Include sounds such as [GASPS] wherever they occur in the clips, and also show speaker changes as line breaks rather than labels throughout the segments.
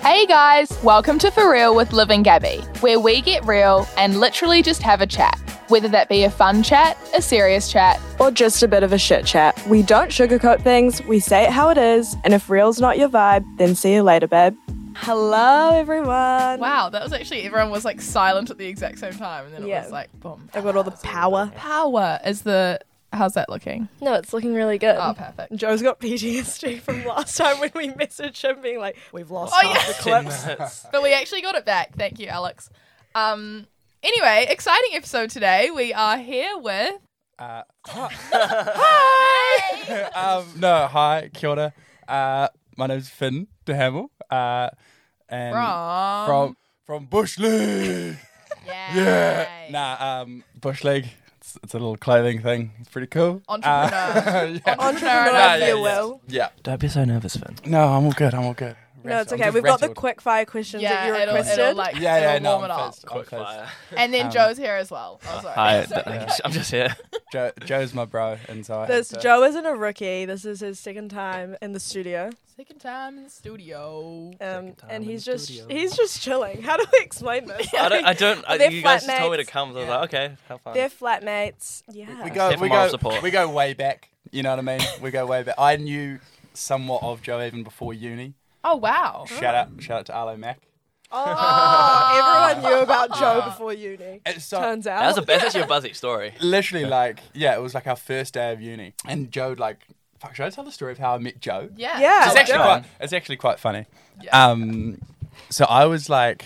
Hey guys, welcome to For Real with Liv and Gabby, where we get real and literally just have a chat. Whether that be a fun chat, a serious chat,
or just a bit of a shit chat. We don't sugarcoat things, we say it how it is, and if real's not your vibe, then see you later, babe. Hello, everyone.
Wow, that was actually everyone was like silent at the exact same time, and then it
Yeah.
was like boom.
I got all the power.
Power is the how's that looking?
No, it's looking really good.
Oh, perfect.
Joe's got PTSD from last time when we messaged him being like, we've lost
Oh,
half
yeah.
the
[LAUGHS] Ten
clips.
minutes.
But we actually got it back. Thank you, Alex. Um. Anyway, exciting episode today. We are here with [LAUGHS]
Uh, um, no, hi, kia ora. Uh, my name's Finn DeHamel. Uh, and
From-
from from Bush League. yeah. Nah, um, Bush League. It's, it's a little clothing thing. It's pretty cool. Uh,
Entrepreneur.
[LAUGHS] yeah.
Entrepreneur,
Nah,
if
yeah,
you
yeah.
will.
Yeah.
Don't be so nervous, Finn.
No, I'm all good. I'm all good.
No, it's
Rattled. I'm
okay.
just
We've got the
rattled.
quick fire questions that you
yeah, it'll,
requested.
it'll like
Yeah, yeah,
it'll
no,
warm it
I'm
up.
fizzed. I'm fizzed.
And then
Um,
Joe's here as well. Oh, sorry. [LAUGHS]
Hi, [LAUGHS] I'm just here.
Joe, Joe's my bro, and so I had
this
to-
Joe isn't a rookie. This is his second time in the studio,
Second time in the studio.
um,
time
and
in
he's
the
just
studio.
he's just chilling. How do we explain this?
I don't. I don't I,
They're
you guys just told me to
flatmates.
come. So I was like, okay, have fun.
They're flatmates. Yeah.
We go,
Except for
we
moral
go,
support.
we go way back. You know what I mean? We go way back. I knew somewhat of Joe even before uni.
Oh wow. Uh,
Shout out, shout out to Arlo Mac.
Oh, everyone knew about Joe before uni.
It's Uh, so
Turns out.
that was a, that's actually a buzzy story.
literally like yeah, it was like our first day of uni, and Joe like fuck. Should I tell the story of how I met Joe?
Yeah.
[LAUGHS] Yeah.
it's actually
Joe.
quite, it's actually quite funny. Um, so I was like,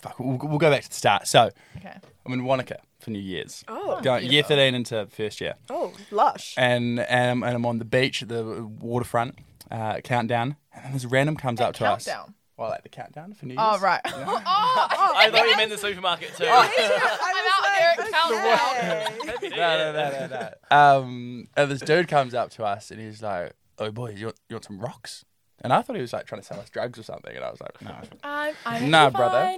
fuck, we'll, we'll go back to the start. So
Okay.
I'm in Wanaka for New Year's.
Oh.
Going, year 13 into first year.
oh, lush. [LAUGHS]
and um, and, and I'm on the beach at the waterfront uh, countdown, and then this random comes up to us.
countdown?
Well, like the countdown for New Year's.
Oh right. [LAUGHS] oh,
I thought you meant the supermarket too.
I'm out here. Count
No, no, no, no, no. [LAUGHS] um, and this dude comes up to us, and he's like, "Oh boy, you want, you want some rocks?" And I thought he was like trying to sell us drugs or something, and I was like, "No."
I'm, I'm
Nah,
fine.
brother.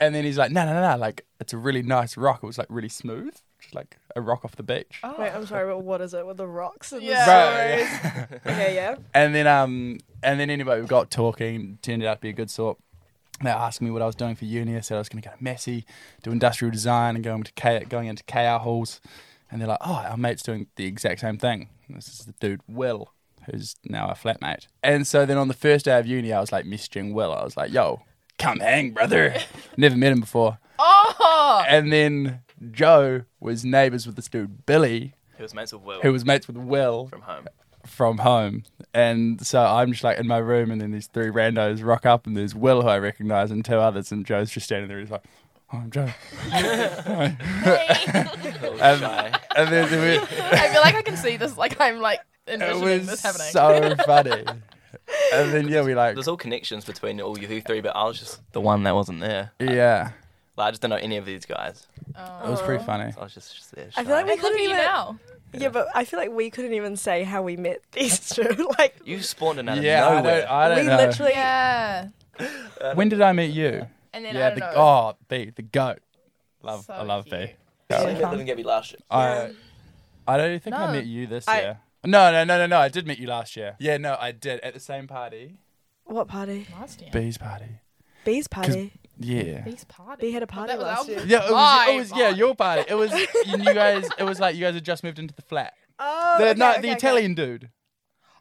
And then he's like, "No, no, no, like it's a really nice rock. It was like really smooth, just like a rock off the beach."
Oh.
Wait, I'm sorry, but what is it with the rocks and
Yeah.
Right,
the stories? Okay, yeah.
And then um and then anyway, we got talking, turned out to be a good sort. They asked me what I was doing for uni. I said I was going to go to Massey, do industrial design, and going to K, going into KR halls. And they're like, "Oh, our mate's doing the exact same thing." And this is the dude Will, who's now our flatmate. And so then on the first day of uni, I was like messaging Will. I was like, "Yo, come hang, brother." Never met him before.
Oh.
And then Joe was neighbors with this dude Billy,
Who was meant to Will
who was mates with Will
from home?
from home. And so I'm just like in my room, and then these three randos rock up, and there's Will, who I recognize, and two others. And Joe's just standing there. He's like, oh, I'm Joe.
Little shy.
And then then
[LAUGHS]
[LAUGHS]
I feel like I can see this. Like I'm like
we, it
envisioning
was
this happening.
so funny. And then, yeah, we like,
There's all connections between all you three, but I was just the one that wasn't there.
yeah,
Like, I just don't know any of these guys.
it was pretty funny.
I was just, just there.
I feel like
shy.
we
Look at
couldn't
Oh. you
even.
now.
Yeah, but I feel like we couldn't even say how we met [LAUGHS] these two. Like,
you spawned in out of
Yeah, I
nowhere.
don't, I don't
we
know.
literally.
Yeah.
when did I meet you?
And then I
Yeah,
don't
the,
know.
oh, B, the goat. Love,
So
I love
cute.
B.
I met them and Gabby last year.
I, I don't think
No.
I met you this
I-
year. No, no, no, no, no. I did meet you last year. Yeah, no, I did at the same party.
What party?
oh,
Last year.
B's party.
Bee's party.
Yeah.
Beast party.
Bee had a party
that was
last
our-
year.
Yeah, it was,
My
it was yeah,
body.
your party. It was you guys. It was like you guys had just moved into the flat.
Oh,
The,
okay,
no,
okay,
the
okay.
Italian dude.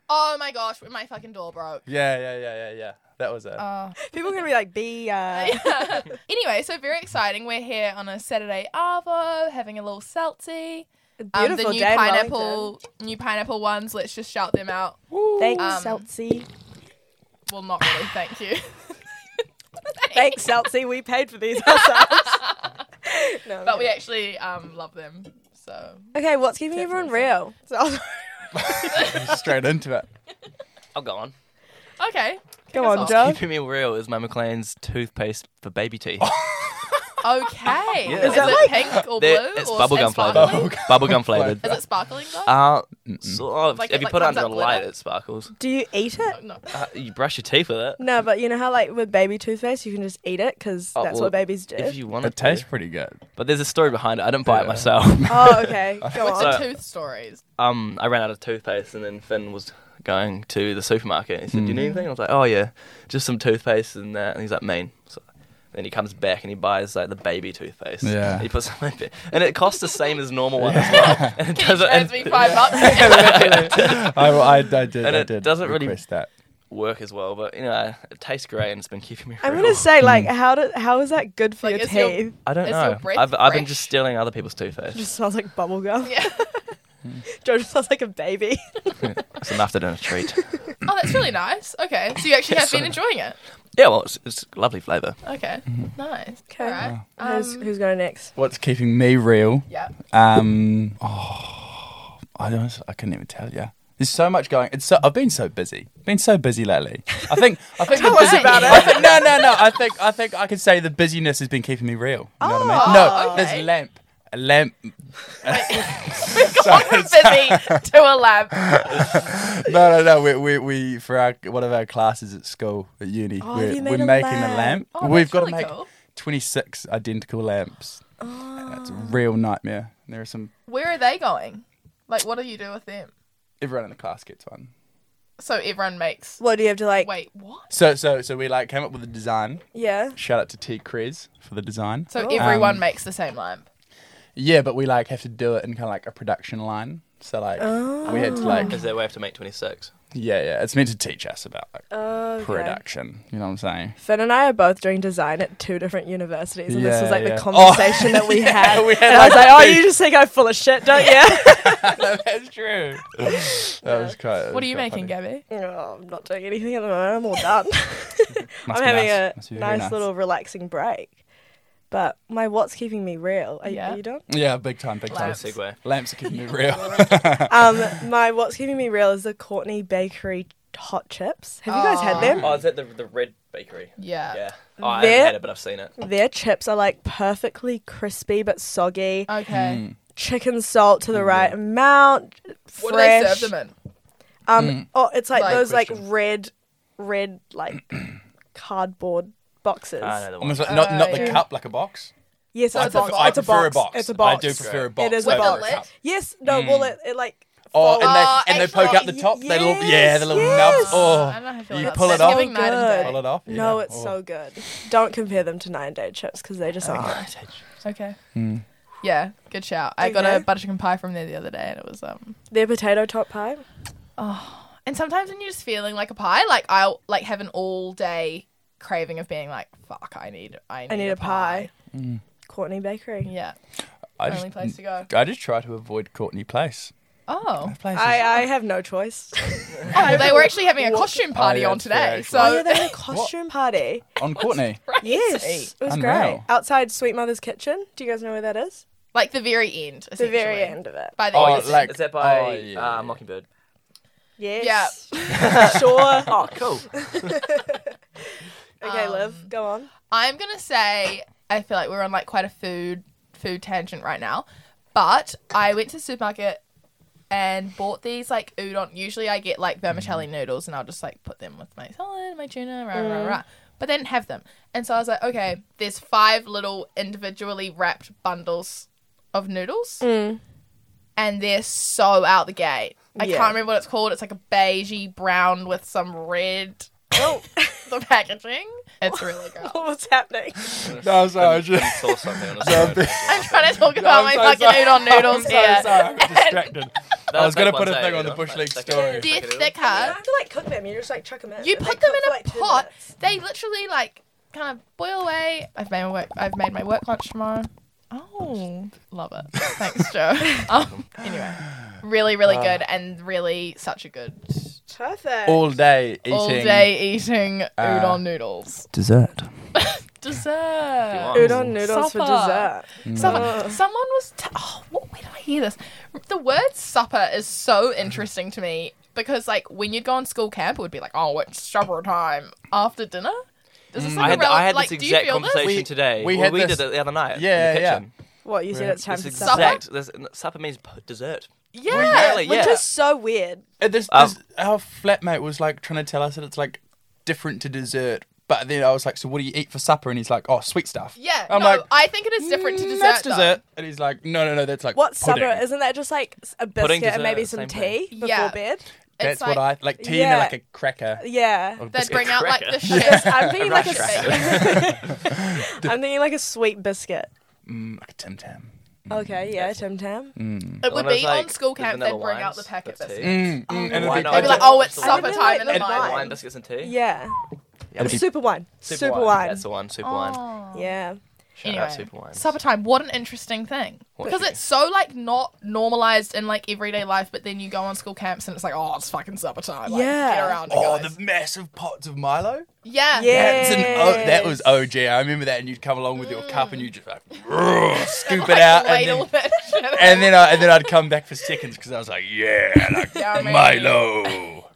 Oh my gosh, when my fucking door broke.
Yeah, yeah, yeah, yeah, yeah. That was it.
[LAUGHS] Oh.
People are gonna be like, Bee. [LAUGHS] Uh,
anyway, so very exciting. We're here on a Saturday Arvo, having a little seltzy. Um,
beautiful
the new
day in
pineapple, new pineapple ones. Let's just shout them out.
Thanks,
Um,
Seltzy. [LAUGHS]
Well, not really. Thank you.
Thanks, Seltzy. We paid for these ourselves. [LAUGHS] no,
But we actually um, love them. So
okay, what's keeping everyone real? [LAUGHS] So,
[LAUGHS] Straight into it.
I'll go on.
okay.
come
us
on,
off.
Joe.
Keeping me real is my McLean's toothpaste for baby teeth.
Okay.
Yeah.
Is,
Is
that
it
like-
pink or blue?
They're- it's
or
bubblegum
and
flavored.
sparkling?
Bubblegum flavored.
Is it sparkling though?
Uh, sort of.
Like
if
it,
you
like,
put it
comes
under a
up
light,
glitter?
it sparkles.
Do you eat it?
no.
Uh, you brush your teeth with it.
No, but you know how like with baby toothpaste, you can just eat it because
Oh,
that's
well,
what babies do.
If you want
It
it
tastes
to.
pretty good. [LAUGHS]
But there's a story behind it. I didn't buy it
Yeah. [LAUGHS]
myself.
Oh, okay. Go
What's
on.
the
So-
tooth stories?
um, I ran out of toothpaste, and then Finn was going to the supermarket. He said, "Do you need
Hmm.
anything?" I was like, "Oh yeah, just some toothpaste and that." And he's like, "Mean." So, then he comes back and he buys like the baby toothpaste.
Yeah.
He puts it in my bag. and it costs the same as normal one as well.
[LAUGHS]
And it doesn't
Transfer me
and- [LAUGHS]
five bucks.
I, I, I did.
And
I
it
did
doesn't really-
request that.
work as well. But you know, it tastes great and it's been keeping me.
I'm
real.
gonna
Mm.
say, like, how do, how is that good for
Like,
your
is your-
teeth? [LAUGHS]
I don't
is your
know.
breath
I've, I've been
fresh?
just stealing other people's toothpaste. [LAUGHS]
Just smells like bubblegum.
yeah. [LAUGHS]
George smells like a baby.
it's enough to do a treat.
Oh, that's really nice. Okay, so you actually
Yeah,
have been
so-
enjoying it.
yeah, well, it's, it's lovely flavour.
Okay,
Mm-hmm.
nice.
Okay.
All right.
who's,
Um,
who's going next?
What's keeping me real?
[LAUGHS]
yeah.
Um, oh, I don't. I couldn't even tell you. There's so much going. It's so, I've been so busy. Been so busy lately. I think. I
[LAUGHS]
think
Tell us about
I think, no, no, no. I think. I think I could say the busyness has been keeping me real. You know what I mean? No,
Oh, okay.
there's lamp. A lamp.
Gone from [LAUGHS] busy to a lab.
[LAUGHS]
No, no, no. We, we, we for our one of our classes at school at uni,
Oh,
we're,
you made
we're
a
making a
lamp.
lamp.
Oh,
We've
that's
got
really
to make
cool.
26 identical lamps. That's a real
Oh.
nightmare. And there are some.
Where are they going? Like, what do you do with them?
Everyone in the class gets one.
So everyone makes.
What do you have to like?
Wait, what?
So, so, so we like came up with a design.
Yeah.
Shout out to T. Krez for the design.
So
Oh.
everyone
Um,
makes the same lamp.
Yeah, but we like have to do it in kind of like a production line. So like
Oh.
we had to
Oh.
like
Is that way I have to make 26?
yeah yeah it's meant to teach us about like
Oh. Okay.
production. You know what I'm [LAUGHS] saying?
Finn and I are both doing design at two different universities, and this
Yeah,
was like
yeah.
the conversation that we had.
we had
and I was
like
like, "Oh,
this."
you
[LAUGHS]
just think I'm full of shit, don't you?"
That's true. [LAUGHS] that was quite.
What are you making, Gabby?
[LAUGHS] oh, I'm not doing anything at the moment. I'm all done. I'm having a nice, little relaxing break. But my what's keeping me real? Are,
Yeah.
are you
[LAUGHS]
done?
Yeah, big time, big time.
Lamps.
Segue.
Lamps are keeping
[LAUGHS]
me real.
um, my what's keeping me real is the Courtney Bakery hot chips. Have you guys had them?
Oh, is that the, the red bakery?
Yeah.
Yeah. Oh, I
There-
haven't had it, but I've seen
Ah.
it.
Their chips are like perfectly crispy but soggy.
Okay.
Hmm.
Chicken salt
Mm.
to the right amount. Fresh.
What do they serve them in?
Um,
Mm.
oh, it's like,
Like-
those
Question.
like red, red like
[CLEARS THROAT]
cardboard boxes.
I know the one.
Almost like, not
Uh,
not the
yeah.
cup, like a box.
Yes, it's
I
a box.
prefer, I
it's a
prefer
box.
a box.
It's a box.
I do prefer Mm. a box.
It is a
over
box.
cup.
Yes, no, well, it, it like.
Oh,
folds-
and
Oh,
they and they
actually,
poke out the top. They little yeah, the little
yes,
nubs. Oh,
I don't know how I feel
you
about
pull
that.
it
It's
off.
giving night and day.
Pull it off.
No,
yeah.
it's
Oh.
so good. Don't compare them to Nine Day Chips because they just aren't.
Oh,
Okay.
Hmm.
Yeah, good shout. I got
Okay.
a butter chicken pie from there the other day, and it was um.
Their potato top pie.
And sometimes when you're just feeling like a pie, like I'll like have an all day craving of being like, fuck, I need, I need,
I need a pie. Courtney Bakery.
Yeah,
I
only place
just,
to go.
I just try to avoid Courtney Place.
[LAUGHS] Oh,
Place
I,
is-
I have no choice.
oh, they were actually having a costume party
yeah,
on
that's fair,
today,
actually.
so
oh yeah, [LAUGHS] they had a costume party.
uh, [LAUGHS]
on Courtney.
Yes, it was great.
Unreal.
Outside Sweet Mother's kitchen. Do you guys know where that is?
like the very end,
The very
essentially.
end of it.
By the
Oh,
end,
like-
Is that by
Oh, yeah.
uh, [LAUGHS] Mockingbird?
Yes. [LAUGHS] Yeah. sure. Oh,
Cool.
Okay, Liv, go on.
I'm gonna say I feel like we're on like quite a food food tangent right now, but I went to the supermarket and bought these like udon. Usually I get like vermicelli noodles and I'll just like put them with my salad, my tuna, rah rah rah. But they didn't have them, and so I was like, okay, there's five little individually wrapped bundles of noodles,
Mm.
and they're so out the gate. I
Yeah.
can't remember what it's called. It's like a beigey brown with some red. Oh, [LAUGHS] the packaging. It's really
[LAUGHS]
good.
[LAUGHS] What's happening?
No, sorry, I was
[LAUGHS]
just-
saw something [LAUGHS] on a side.
I'm trying to talk about my
[LAUGHS] I'm so
fucking
sorry.
udon noodles
[LAUGHS] I'm so
here.
sorry,
[LAUGHS]
I got distracted. I was going to
That big
put a
one's
thing
out,
on the
you know,
Bush
like
League
second-
They're
story.
Like a
thick
You
huh?
have to like cook them. You just like chuck them in.
You
and
put
they
them
cook
in
for,
a
like, two
pot.
minutes.
They literally like kind of boil away. I've made my work. I've made my work lunch tomorrow. Oh, love it. Thanks, [LAUGHS] Joe. um, anyway, really, really
Uh,
good and really such a good
Perfect.
All day eating. Uh,
all day eating udon noodles
Dessert.
dessert.
If you
Udon noodles for
Supper.
dessert.
Supper. Someone was. T- oh, what, where did I hear this? The word supper is so
Mm-hmm.
interesting to me because, like, when you'd go on school camp, it would be like, oh, it's supper time after dinner. Is this like
Mm, I
a
had,
rel-
I had
like,
this
do you
exact
feel this?
conversation
We-
today.
we
Well,
had
we
this-
did it the other night.
Yeah,
in the
yeah.
kitchen.
What you said? It's time
This
for supper.
exact. This, supper means p- dessert.
Yeah.
Really?
Which
yeah.
is so weird.
Uh, This,
Um,
this, our flatmate was like trying to tell us that it's like different to dessert. But then I was like, so what do you eat for supper? And he's like, oh, sweet stuff.
Yeah.
I'm
no,
like,
I think it is different to
"Mm,
dessert.
That's
though.
dessert. And he's like, no, no, no, that's like
What
pudding.
supper? Isn't that just like a biscuit
Pudding
and maybe
dessert,
some
same thing.
tea before
Yeah.
bed?
It's
That's what I like. Tea
Yeah.
in like a cracker. [LAUGHS]
Yeah.
or
[LAUGHS]
They'd
biscuit.
bring out like the
cracker.
shit.
[LAUGHS]
I'm thinking like a,
Rush
[LAUGHS] I'm thinking like a sweet biscuit.
Mm, like a Tim Tam.
Okay, yeah, Tim Tam.
It would
One of
be
those, like,
on school
the
camp. They'd
vanilla
bring out
wines,
the packet
that's it.
biscuits.
Mm, mm, and it'd
Why
be-
not?
They'd be like, oh, it's supper
really
time
like
in
the
the
wine.
Wine
mine.
biscuits and tea.
Yeah.
it'd be-
Super wine. Super, wine.
That's the one. Super
Oh.
wine.
Yeah.
Shout out super wine.
supper time. What an interesting thing.
What
Because
do you-
it's so like not normalized in like everyday life, but then you go on school camps and it's like, oh, it's fucking supper time. Like,
Yeah.
Get around. it,
Oh,
guys.
the massive pots of Milo.
yeah.
That's an o- that was
Yes.
OG. I remember that, and you'd come along with your cup and you just like scoop it
Like,
out, and
ladle
then,
that shit out.
and then I, and then I'd come back for seconds because I was like, yeah, like
Yeah, I mean-
Milo.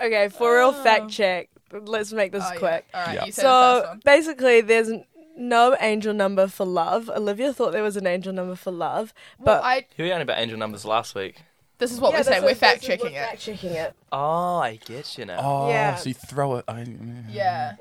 Okay, for real fact check. Let's make this
Oh, yeah.
quick.
All right,
Yeah.
you say the first
So
one.
basically, there's n- no angel number for love. Olivia thought there was an angel number for love, but
I,
You were only about angel numbers last week.
this is what we say. We're fact checking it.
Fact checking it.
Oh, I get you now.
Oh,
Yeah.
so you throw it. I mean,
Yeah.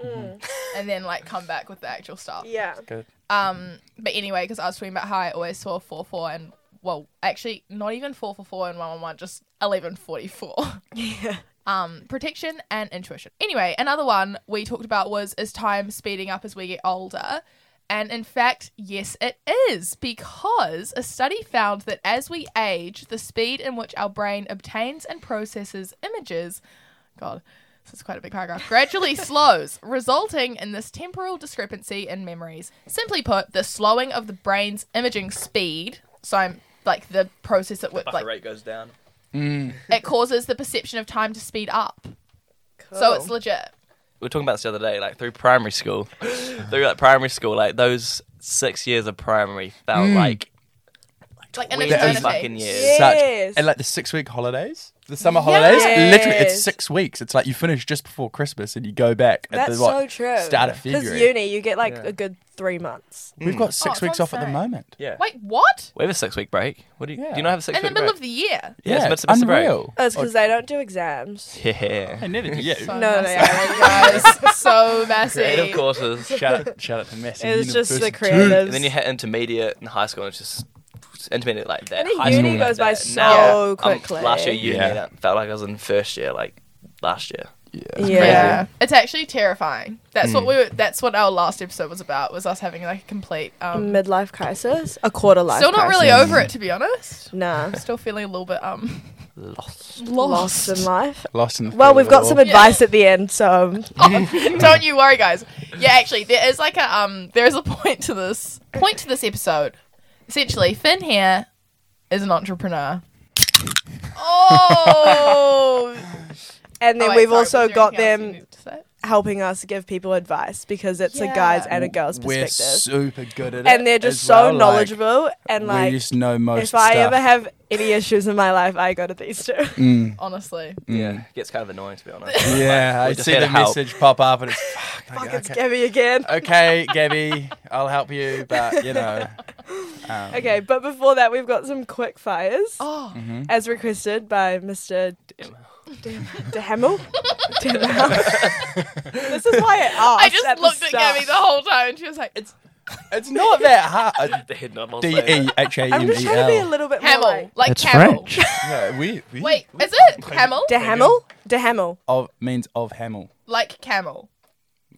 And then like come back with the actual stuff.
Mm. Yeah.
Good.
Um, but anyway, because I was talking about how I always saw four four and well, actually not even four four four and one one one, just eleven forty four.
Yeah.
Um, protection and intuition. Anyway, another one we talked about was is time speeding up as we get older. And in fact, yes, it is, because a study found that as we age, the speed in which our brain obtains and processes images, God, this is quite a big paragraph, gradually slows, resulting in this temporal discrepancy in memories. Simply put, the slowing of the brain's imaging speed, so I'm like the process at which
Buffer
like
rate goes down.
[LAUGHS] it causes the perception of time to speed up.
Cool.
So it's legit.
we were talking about this the other day, like through primary school, through like primary school, like those six years of primary felt
Mm.
like
Like an
20
eternity.
fucking years.
Yeah.
Such,
Yes.
and like the six week holidays, the summer holidays, literally it's
Yes.
six weeks. It's like you finish just before Christmas and you go back at
That's
the what,
so true.
start of
Because
February.
uni, you get like
Yeah.
a good three months.
We've got six
it's
weeks
what
off at the
I'm saying.
moment.
Yeah.
Wait, what?
We have a six week break. What do you
Yeah.
do you not have a six
In the
week
middle
break?
of the year.
yeah, it's a
it's
bit of a break.
unreal.
Oh, it's because they don't do exams.
I
[LAUGHS] Yeah.
never did. [LAUGHS] Yeah.
So
No,
messy,
they are.
guys. [LAUGHS] so messy.
Creative courses.
[LAUGHS] Shout out, shout out to Messi.
It was just the
University.
creatives.
and then you hit intermediate and high school and it's just intermediate like that.
And then
high
uni
school like
goes by
that.
so
Now,
quickly.
Um, last year uni
Yeah.
that felt like I was in first year, like last year.
Yeah.
Yeah.
Yeah. It's actually terrifying. That's what we were, that's what our last episode was about was us having like a complete um
Midlife crisis, a quarter life.
still not really
crisis.
over it to be honest.
Nah.
[LAUGHS]
Still feeling a little bit um
Lost.
lost.
Lost in life.
Lost in the
Well,
thrill
we've
of
got
it
some
all.
advice at the end, so um,
Oh, [LAUGHS] don't you worry guys. Yeah, actually there is like a um there is a point to this point to this episode. Essentially, Finn here is an entrepreneur. [LAUGHS] Oh,
and
Oh,
then
wait,
we've
sorry, was
also
there
got
anything else you
them
needed to say?
helping us give people advice because it's
Yeah.
a guy's and a girl's
We're
perspective.
super good at it.
and they're just
as
so
well, like,
knowledgeable and like
we just know most
if I
stuff.
ever have any issues in my life, I go to these
[LAUGHS]
two.
Mm,
Honestly,
mm.
It gets kind of annoying to be [LAUGHS] honest.
[LAUGHS] Yeah,
We
I
just
see
had
the
help.
message pop up
[LAUGHS]
and it's fuck.
Fuck,
okay,
it's
okay.
Gabby again.
[LAUGHS] okay, Gabby, I'll help you, but
[LAUGHS]
you know. Um,
Okay, but before that, we've got some quick fires
oh, [LAUGHS]
[LAUGHS]
mhm.
as requested by Mr.
Damn.
DeHamel. this is why I
[LAUGHS]
asked.
I just
at the
looked at
start.
Gabby the whole time, and she was like, "It's
[LAUGHS] It's not that hard.
They had not lost
D
that.
E H A
[LAUGHS] I'm
M
just
E
trying to be a
L.
little bit more
camel,
like
like
It's
camel."
French.
Yeah, we,
[LAUGHS]
we
Wait, is it camel?
DeHamel. DeHamel.
of means of Ah. Hamel.
Like camel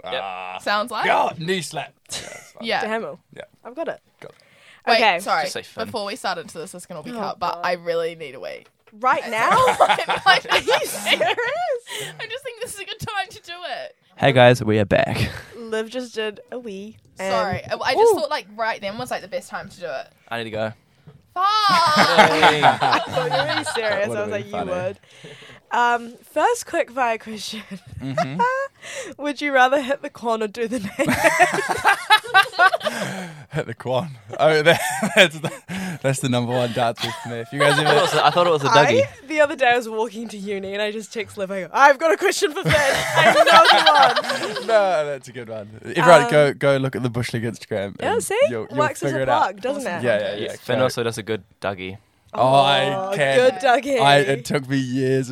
Yep.
sounds like.
God, knee slap.
Yeah.
DeHamel.
Yeah.
I've got it.
Got it.
Wait,
okay.
sorry.
Just say Finn.
Before we start into this, it's gonna be
Oh,
cut, but
God.
I really need a wee. [LAUGHS]
Right now.
Like, I'm just thinking this is a good time to do it.
Hey guys, we are back.
Liv just did a wee. and-
Sorry, I- I just
Um, Ooh.
thought like right then was like the best time to do it.
I need to go.
Fuck.
[LAUGHS] I thought you were really serious.
would've
I was like,
been
you
funny.
would. Um, first quick fire question. [LAUGHS]
Mhm.
would you rather hit the corn or do the name?
[LAUGHS] Hit Mm-hmm. the quan. Oh, that, [LAUGHS] that's the, that's the number one dance move for me. If you guys
[LAUGHS] I thought
[LAUGHS]
it
ever,
was a- I thought it was a Dougie.
I, the other day I was walking to uni and I just text Liv, I go, I've got a question for Finn. I know the
[LAUGHS]
one.
no, that's a good one. Everyone,
Um,
go go look at the Bush League Instagram. and
Yeah, see?
you'll, you'll
Works as
figure
a
it out.
plug, doesn't it?
Yeah, yeah, yeah.
Finn
go.
also does a good [LAUGHS] Dougie.
oh, I
Oh,
can.
Good Dougie.
I, it took me years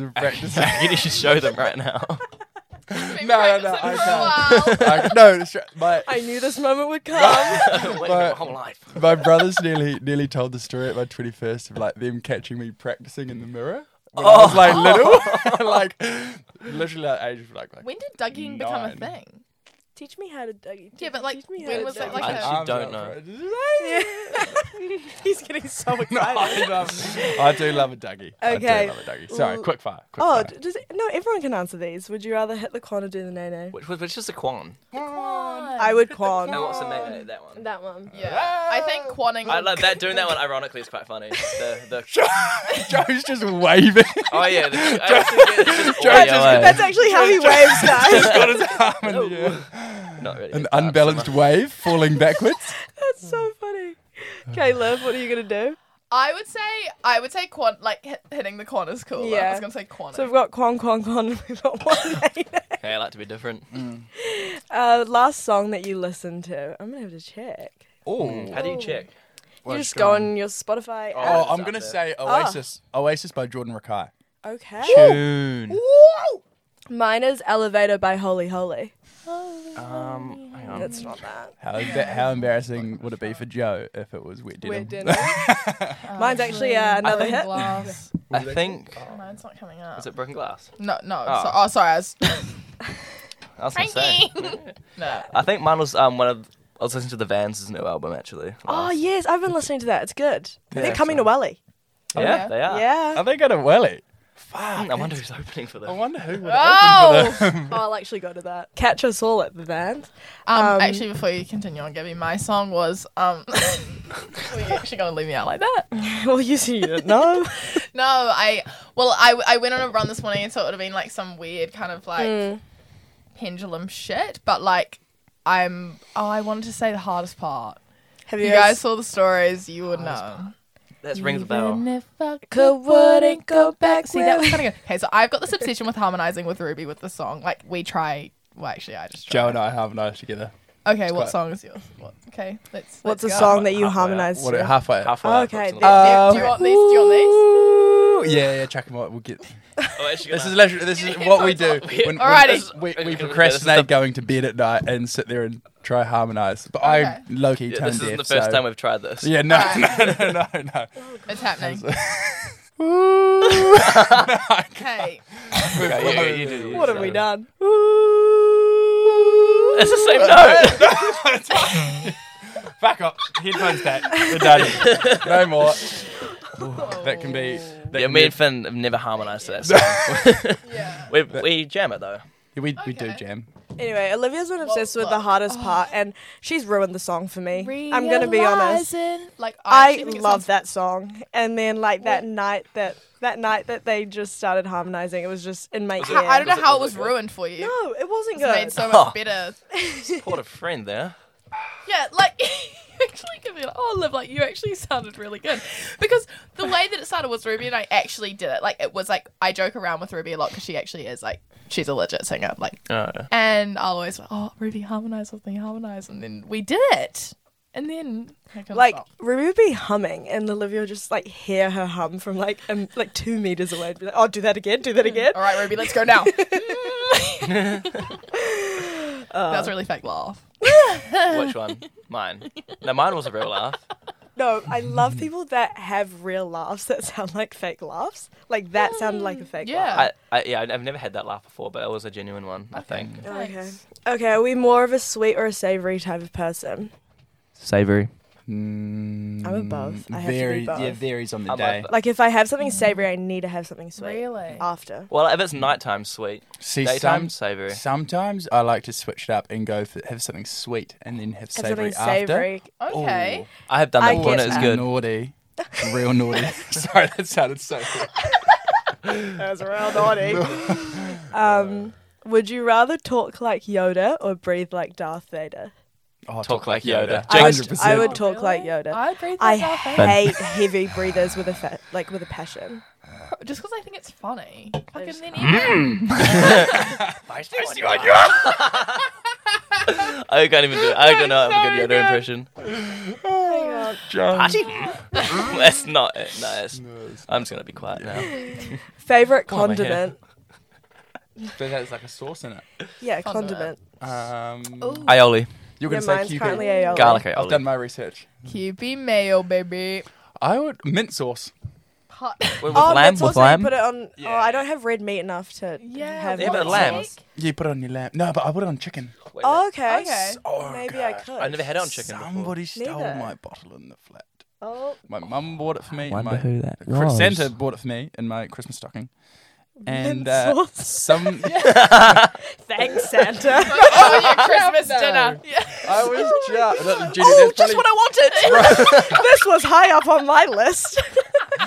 [LAUGHS]
of practicing.
[LAUGHS] you should show them right [LAUGHS] now.
[LAUGHS] Been
No, no, no,
practicing
I
for a while.
[LAUGHS] I, no, it's- my
I knew this moment
[LAUGHS]
would come.
Waiting
But-
my whole life.
my brothers nearly nearly told the story at my twenty first of like them catching me practicing in the mirror. when I was like little, [LAUGHS] like literally like age of like, like
When did
[LAUGHS]
dugging become a
Nine.
thing?
Teach me how to dug.
Yeah, but, like,
teach me how
when
to
was it,
dug.
like,
I
a-
actually
arms
don't
out
know.
for it.
[LAUGHS] He's getting so
[LAUGHS] no, I,
excited.
love, I do love a Dougie. I
Okay.
do love a Dougie. Sorry,
L-
quick fire. Quick
Oh,
fire.
d- does it, no, everyone can answer these. Would you rather hit the con or do the nay-nay?
Which, which which is the Quan.
I would con.
And what's the
Um,
name? That one.
That one.
Yeah.
Ah.
I
[LAUGHS]
think quanning.
I love that. Doing that one ironically is quite funny. The, [LAUGHS] the,
Joe's just waving. [LAUGHS]
oh yeah. The, [LAUGHS] I actually get it's just
Joe
audio,
just-
eh?
That's actually how he waves, guys.
[LAUGHS]
[LAUGHS]
He's got his arm in the air.
Not really.
An
It's hard, [LAUGHS]
unbalanced
so
wave falling backwards.
That's so funny. Caleb, what are you gonna do?
I would say I would say quan like hit, hitting the corners cool. I
Yeah.
was gonna say quanning.
So we've got con, con, con. [LAUGHS] and We've got one nay-nay.
much- Hey, I like to be different.
Uh, last song that you listened to. I'm gonna have to check.
Oh,
How do you check?
you just go on your Spotify.
Oh.
app.
Oh, I'm gonna say Oasis. Oasis by Jordan Rakai.
Okay.
Tune.
Mine is Elevator by Holy Holy.
Um, hang on.
That's not that.
How, emba- how embarrassing would it be for Joe if it was wet denim?
[LAUGHS]
Weird dinner. Mine's
Oh,
actually uh, another hit. [LAUGHS]
Glass.
I think.
Mine's not coming up.
Is it broken glass?
No, no.
Oh.
So, oh, sorry. I
[LAUGHS]
was.
I was gonna say.
[LAUGHS] no.
I think mine was um one of. I was listening to the Vans' new album actually.
Oh
last-
yes, I've been listening to that. It's good.
Yeah,
They're coming to Welly.
yeah,
yeah.
they are.
Oh, Yeah.
[LAUGHS] Are
Um,
they gonna welly?
Mm, I wonder who's opening for
I
them.
wonder who would open
Oh.
for them. [LAUGHS]
I'll actually go to that. Catch us all at the van.
Um,
Um,
actually, before you continue on, Gabby, my song was um. [LAUGHS] Were you actually gonna leave me out like that?
[LAUGHS] well, you see, you
[LAUGHS]
didn't know. Hmm.
No, I. Well, I, I went on a run this morning, and so it would have been like some weird kind of like pendulum shit. But like, I'm. Oh, I wanted to say the hardest part.
Have
If you guys saw the stories, you would know.
That rings a bell.
if I
Could wouldn't go back.
See, that was kind of good. Okay, so I've got this obsession with harmonizing with Ruby with the song. Like, we try. Well, actually, I just. Try.
Joe and I harmonise together.
Okay, what
quite-
song is yours? What, okay, let's.
What's a
let's go.
song that you
Halfway up.
harmonized
What
to?
halfway?
Halfway.
Okay, Oh,
approximately.
there-
Uh,
Do you want these? Do you want these?
Ooh, yeah, yeah, check them out. We'll get.
Oh, actually,
This
no.
is literally this is what we
[LAUGHS]
do. When, when
Alrighty.
this- we, we procrastinate going to bed at night and sit there and try harmonise. But I
Okay.
low key
Yeah,
tone
this
deaf.
isn't the first
so-
time we've tried
[LAUGHS]
this.
yeah, no, no, no, no,
[LAUGHS]
no. [LAUGHS]
It's happening. okay.
Okay, yeah, yeah, you do, you
What
do.
have we done?
It's the same note.
[LAUGHS] Back up. Headphones back. We're done. No more. that can be. That
[LAUGHS] Yeah,
can
me
be-
and Finn have never
[LAUGHS]
harmonised to that song. [LAUGHS] we, we jam it
[LAUGHS]
though.
Yeah, we, we do
Okay.
jam.
Anyway, Olivia's been obsessed with the
look.
hardest part, and she's ruined the song for me. I'm gonna be honest.
Realizing- Like I,
I
actually think it
love
sounds-
that song, and then like that night that that night that they just started harmonizing, it was just in my ear.
I don't know
Was it-
how it
was
was
it good?
ruined for you.
No, it wasn't
It's
good.
made so
Huh.
much better.
Support a friend there.
Yeah, like [LAUGHS] you actually could be like, oh, Liv, like you actually sounded really good because the way that it started was Ruby and I actually did it. Like it was like I joke around with Ruby a lot because she actually is like she's a legit singer. Like,
Oh,
and I'll always oh Ruby harmonize with me, harmonize, and then we did it, and then I "Oh." couldn't
like
stop.
Ruby would be humming, and Olivia would just like hear her hum from like um, like two meters away. I'd be like, "Oh, do that again, do that again."
[LAUGHS] all right, Ruby, let's go
[LAUGHS]
now. that was a really fake laugh.
Which one? Mine. No, mine was a real laugh.
No, I love people that have real laughs that sound like fake laughs. Like that sounded like a fake
Yeah.
I, I, yeah, I've never had that laugh before, but it was a genuine one. I
laugh.
think.
Oh, Okay.
Thanks.
Okay, are we more of a sweet or a savory type of person?
Savory.
Mm,
I'm above. I have to do
very,
both.
Yeah, varies on the
I'm
day.
above.
Like if I have something savory, I need to have something sweet
Really?
after.
Well, if it's nighttime, sweet.
See,
Daytime,
some,
savory.
sometimes I like to switch it up and go for, have something sweet and then have
Have
savory
something
after.
savory.
Okay.
I have done
I
that before, and
get
it was
that.
good.
Naughty. [LAUGHS]
[LAUGHS]
Real naughty. Sorry, that sounded so good.
That's around naughty. um, would you rather talk like Yoda or breathe like Darth Vader?
Oh,
Talk like Yoda.
I would-
100%.
I would talk like Yoda.
I breathe.
I
myself out.
hate heavy breathers with a fa- like with a passion.
just because I think it's funny. Fucking
just- [LAUGHS]
then even-
[LAUGHS] I can't even do it. I don't know. how to have a good Yoda impression.
Oh
Party? [LAUGHS] that's not it. No, it's, I'm just gonna be quiet now.
Favorite
on, my hair.
condiment?
[LAUGHS] But that's like a sauce in it.
Yeah, condiment.
Condiment.
Um,
Aioli,
you're
Yeah,
going to say
mine's
Cupid.
currently aioli.
garlic
I've done
aioli.
my research.
QB mayo, baby.
I would mint sauce.
[LAUGHS] hot.
With, with
oh,
lamb,
that's
with
also
lamb.
Put it on. Oh,
Yeah.
I don't have red meat enough to
Yeah,
have.
Yeah, but
hot
lamb.
sauce.
Yeah, you put it on your lamp. No, but I put it on chicken.
Wait,
Oh, okay.
Okay.
Oh,
Maybe I
gosh.
could.
I never had it on chicken. before.
Somebody stole
Neither.
my bottle in the flat.
Oh,
My mum bought it for me. in
Wonder
my,
who that
Chris-
was.
Santa bought it for me in my Christmas stocking. And
mint
uh,
sauce. [LAUGHS]
some.
Thanks, [LAUGHS] Santa.
[LAUGHS] oh, your Christmas
[LAUGHS]
dinner. Yeah.
[LAUGHS] I was just.
Oh, just what I wanted.
[LAUGHS] this was high up on my list.
No,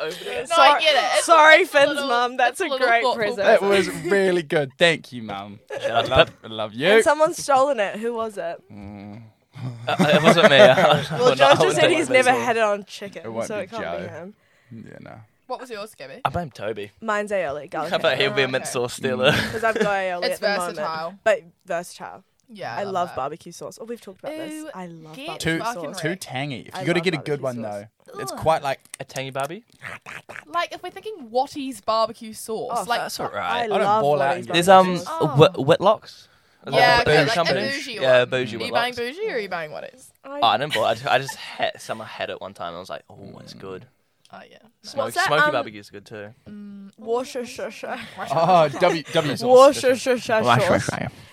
I
Sorry-
get it. It's
Sorry, Finn's
little-
mum.
it's
That's
a
a
little
great
thoughtful
That
present.
was really good. Thank you, mum. I
out to
love, I love you. Mm,
And someone's stolen it. Who was
[LAUGHS]
it?
Uh, [LAUGHS] it wasn't me.
Well,
well,
Joe just said he's never had it on chicken,
It won't
so
be
it can't be
Joe.
him.
Yeah, no.
What was yours, Gabby?
I blame Toby. Mm.
Mine's aioli, garlic.
I
[LAUGHS]
bet he'll be
Oh,
a mint
Okay.
sauce stealer.
Because I've got aioli
It's
at the moment.
versatile.
But versatile.
Yeah,
I, love
that.
barbecue sauce. Oh, we've talked about this.
Ew,
I love
get
Too
barbecue
fucking
sauce.
too
right.
tangy. If
I
you got to
love
get a good one
barbecue sauce.
though, it's
Ugh.
quite like
A tangy barbie?
Like if we're thinking Watty's barbecue sauce,
Oh,
like
That's alright.
I,
don't
love
ball out
Lottie's
and get-
There's
barbecue
um
sauce.
Oh.
Whit- Whitlocks. Is that
Yeah,
the
okay,
bougie
like a
company?
bougie
Yeah,
one.
bougie
Are you buying
Whitlocks.
bougie or are you buying Watty's?
Oh, I didn't buy. I just, I just had, someone had it one time. I was like, oh, it's good.
Oh yeah.
Smoke,
that,
smoky
um,
barbecue's good too.
Mm,
Worcestershire.
oh W W sauce.
Worcestershire sauce.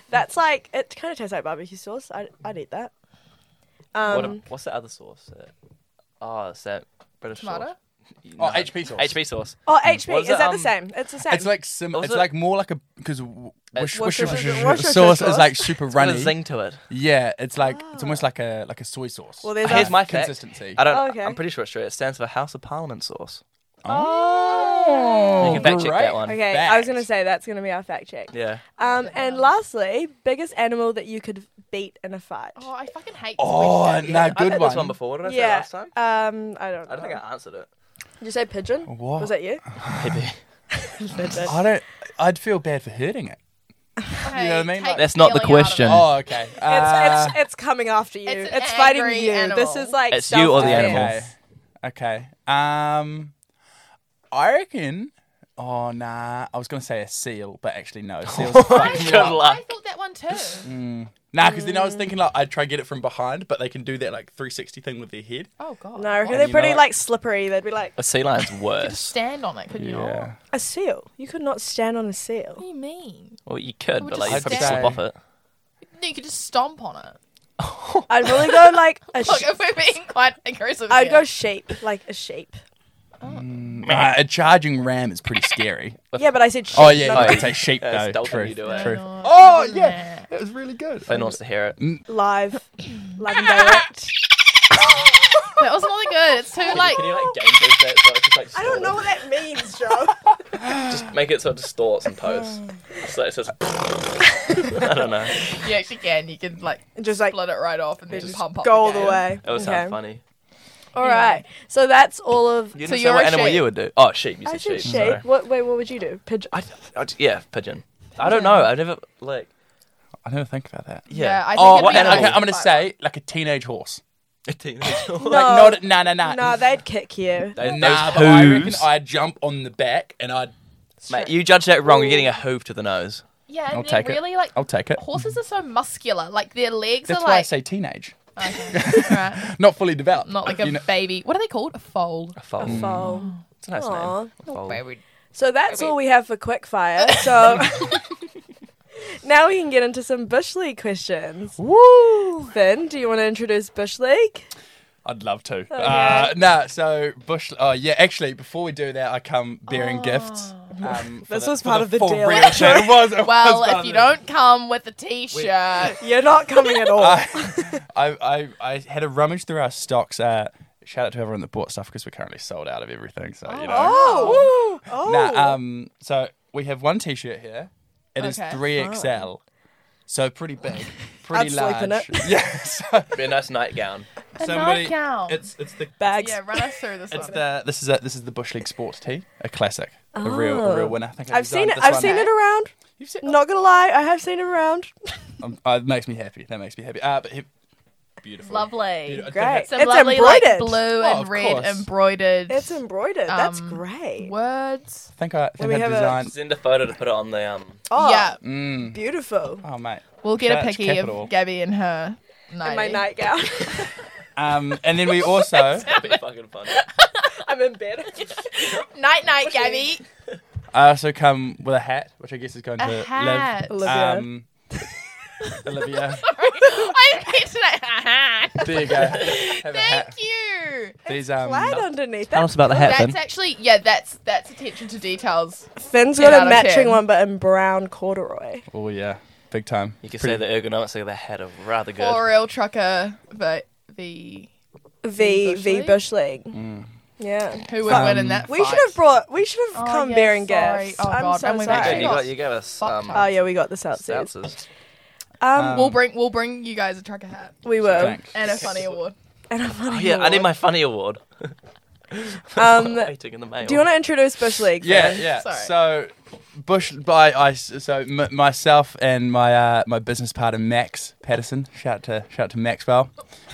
That's like it kind of tastes like barbecue sauce. I would eat that. Um,
What a, what's the other sauce? Uh, Oh, it's that British
Tomato?
sauce. You
Oh,
know.
HP sauce.
HP sauce.
oh, HP
What
is
is
that
it,
the
um,
same? It's the same.
It's like sim-
Was
it's
it-
like more like a because wish, wish,
Worcestershire-
Worcestershire
sauce
sauce.
is like super
Uh, It's got a
runny.
zing to it.
Yeah, it's like it's almost like a like a soy sauce.
Well, there's
Uh,
Here's my fact.
consistency.
I don't.
Oh, okay.
I'm pretty sure it's straight. It stands for House of Parliament sauce.
oh,
You can fact check that one.
okay, I was gonna say that's gonna be our fact check.
Yeah.
Um, and lastly, biggest animal that you could beat in a fight.
Oh, I fucking hate.
Oh,
this question.
nah,
I've
good
had
one.
this one before. What Did I say
yeah.
last time?
Um, I don't.
I don't
know.
think I answered it.
Did you say pigeon?
What?
Was that
[LAUGHS]
you?
Maybe.
I don't. I'd feel bad for hurting it.
Okay,
You know what I mean?
take
That's not the
feeling out of
question.
it.
Oh, okay.
it's,
Uh,
it's it's coming after you.
It's
It's,
an
fighting
angry
you. This
animal.
is like
It's you or the
self-defense.
animal.
Okay. Okay. Um, I reckon. Oh nah, I was gonna say a seal, but actually no,
[LAUGHS]
seals. are fucking-
I
Good
thought, I
luck.
thought that one too.
Mm. nah, because then I was thinking like I'd try and get it from behind, but they can do that like 360 thing with their head.
[LAUGHS] Oh god.
No, I
Why
reckon
would
they're
you
pretty
know-
like slippery. They'd be like
[LAUGHS] A sea [LAUGHS] lion's
you just
worse.
stand on it, could you not? What
a seal. You could not stand on a seal.
do you mean?
Well, you could,
would
but
just
like you probably
stand-
slip off it.
No, you could just stomp on it.
I'd really go like
[LAUGHS]
a.
Look,
sh-
if we're being quite aggressive,
I'd
here.
go sheep, like a sheep.
Mm. Nah, a charging ram is pretty scary.
Yeah, but I said sheep.
oh yeah,
not
you
Oh,
could say sheep
yeah, it's
though.
Dalton,
True.
you do it.
True.
No,
Oh
nah.
yeah, that was really good. [LAUGHS]
Finn wants to hear it.
live, live and direct.
that was not good. It's too like.
can you like game boost that? So it just, like,
I don't know what [LAUGHS] that means, Joe.
Just make it so it distorts and posts. so it's just. [LAUGHS] I don't know.
[LAUGHS]
It
You actually can. You can like
Just like
split it right off and then
just
pump up.
go all the
game.
way.
would
Okay.
sound funny.
All right. So that's all of.
You
So
didn't say
you're
what
a
animal
sheep.
you would do. Oh, sheep. You said
I said
sheep.
sheep.
sorry.
What? Wait, what would you do? Pigeon.
I, I, yeah, pigeon. I don't know. I've never like.
I never think about that.
Yeah.
Yeah, I think
Oh,
it'd
what
be
animal?
nice
Okay, I'm gonna
to fight
say like a teenage horse.
[LAUGHS] A teenage horse.
No.
Like not, nah, nah, nah.
no, they'd kick you.
They-
Nah,
those
but I reckon
hooves.
I'd jump on the back and I'd.
Mate, you judged that wrong. You're getting a hoof to the nose.
Yeah, and
I'll
they're
take it.
really like
I'll take it.
horses are so muscular. Like their legs
That's
are
why I
like
say teenage,
Okay,
[LAUGHS]
alright.
not fully developed.
not like
You
a
know-
baby. What are they called? A foal.
A foal. Mm.
Foal.
It's a nice
Aw.
name. A foal.
Baby.
So that's
Maybe.
all we have
[LAUGHS]
for quickfire. So [LAUGHS] now we can get into some bush league questions. Woo! Finn, do you want to introduce bush league?
I'd love to.
Oh,
Uh, nah, so Bush. Oh yeah, actually, before we do that, I come
Oh.
[LAUGHS]
bearing gifts. Um,
Oh.
for
This
the-
was
for
part of the
for
deal,
real
Joe.
shit, it was. It
[LAUGHS]
was
Well,
part of
if you
the-
don't come with a
[LAUGHS]
t-shirt,
You're not coming at
[LAUGHS]
all.
[LAUGHS] I, I, I, I had a rummage through our stocks. Uh, shout out to everyone that bought stuff because we're currently sold out of everything. So you know.
oh, oh.
Nah, um, so we have one T-shirt here. It is
Okay.
three XL, so
[LAUGHS]
pretty big, pretty
I'd
large.
sleep in
[LAUGHS] Yeah. So
Be a nice nightgown.
a
somebody-
nightgown.
It's it's the
bags.
yeah, run us through this
It's
one.
the this is a this is the Bush League sports tee, a classic, a real a
Oh.
real winner. I think I
I've seen
designed
it.
this
I've
one.
seen it around.
You've seen
Not gonna lie, I have seen it around.
Um, uh, it makes me happy. That makes me happy. Ah, but he- beautiful.
Lovely.
Beautiful.
Great.
Some
It's
lovely
embroidered.
like blue
Oh,
and
of
red
course.
embroidered [LAUGHS]
It's embroidered. That's
Um,
great.
words.
I think I
Let
think
me
I
have a-
designed.
Send a photo to put it on the um.
Oh,
yeah,
Mm.
beautiful.
Oh mate.
we'll get
Church
a picky
capital.
of Gabby and her.
In my
nightie.
nightgown.
Um, and then
[LAUGHS]
we also
That'd be fucking funny.
I'm in bed.
Night night, Gabby.
I also come with a hat, which I guess is going
A
to
hat.
live.
Olivia. [LAUGHS]
Um, Olivia,
[LAUGHS] I [LAUGHS] mentioned that.
there you go. Have a hat.
Thank you.
These um,
Plaid underneath.
Tell
That
us about the hat,
That's
then.
actually yeah. That's that's attention to details.
Finn's
Ten
got
out
a
of
matching
ten.
one, but in brown corduroy.
oh yeah, big time.
You could say
Pretty-
the ergonomics of the hat are rather good.
Or real trucker, but the
V
Bush
V
League?
Bush League.
mm.
Yeah.
who would win
Um,
in that?
We
fight?
should have brought. We should have
Oh,
come
yeah,
bearing
sorry.
gifts.
Oh,
I'm
God,
so
and we've
sorry.
Yeah, you, got,
actually
you got us.
Fuck
Um,
tons.
Oh yeah, we got the Southsies.
Seltzers.
Um,
We'll bring we'll bring you guys a trucker hat
we will.
Thanks. [LAUGHS]
and a funny award.
And I'm
Oh,
funny.
yeah, I need my funny award. [LAUGHS]
Um,
Waiting in the mail.
Do you want to introduce Bush League?
Yeah,
Finn?
yeah.
Sorry.
So Bush by I so m- myself and my uh, my business partner Max Patterson. Shout to shout to Maxwell.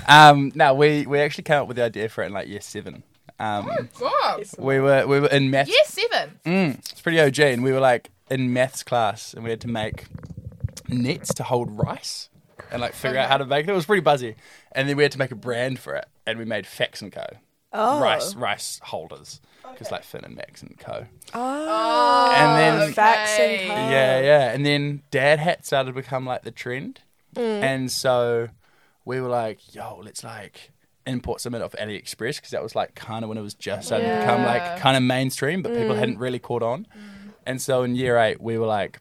Um, now we we actually came up with the idea for it in like year seven. Um,
Wow.
we were we were in maths.
Year seven.
Mm, it's pretty OG, and we were like in maths class, and we had to make nets to hold rice and like figure out how to make it. It was pretty buzzy, and then we had to make a brand for it, and we made Fax and Co.
Oh.
Rice rice holders, because like Finn and Max and Co.
Oh.
And then
Facts and
Okay.
colours.
Yeah, yeah. And then dad hat started to become like the trend. And so we were like, yo, let's like import something off AliExpress because that was like kind of when it was just starting to become
Yeah.
like kind of mainstream, but people hadn't really caught on. And so in year eight, we were like,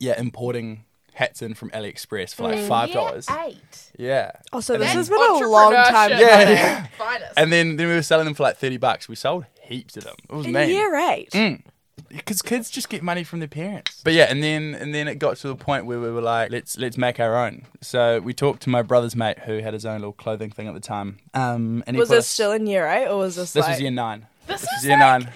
yeah, importing hats in from AliExpress for like $5.
Year eight.
Yeah.
Oh, so
And
this
then-
has been a long time.
Entrepreneurship.
coming.
Yeah,
[LAUGHS]
yeah.
Finest.
And then, then we were selling them for like 30 bucks. We sold heaps of them. It was
In
mean.
year eight.
because kids just get money from their parents. But yeah, and then and then it got to the point where we were like, let's let's make our own. So we talked to my brother's mate who had his own little clothing thing at the time. Um, and he
Was
put
this
us-
still in year eight, or was this?
This
like,
was year nine.
This
was
is
year
like-
nine.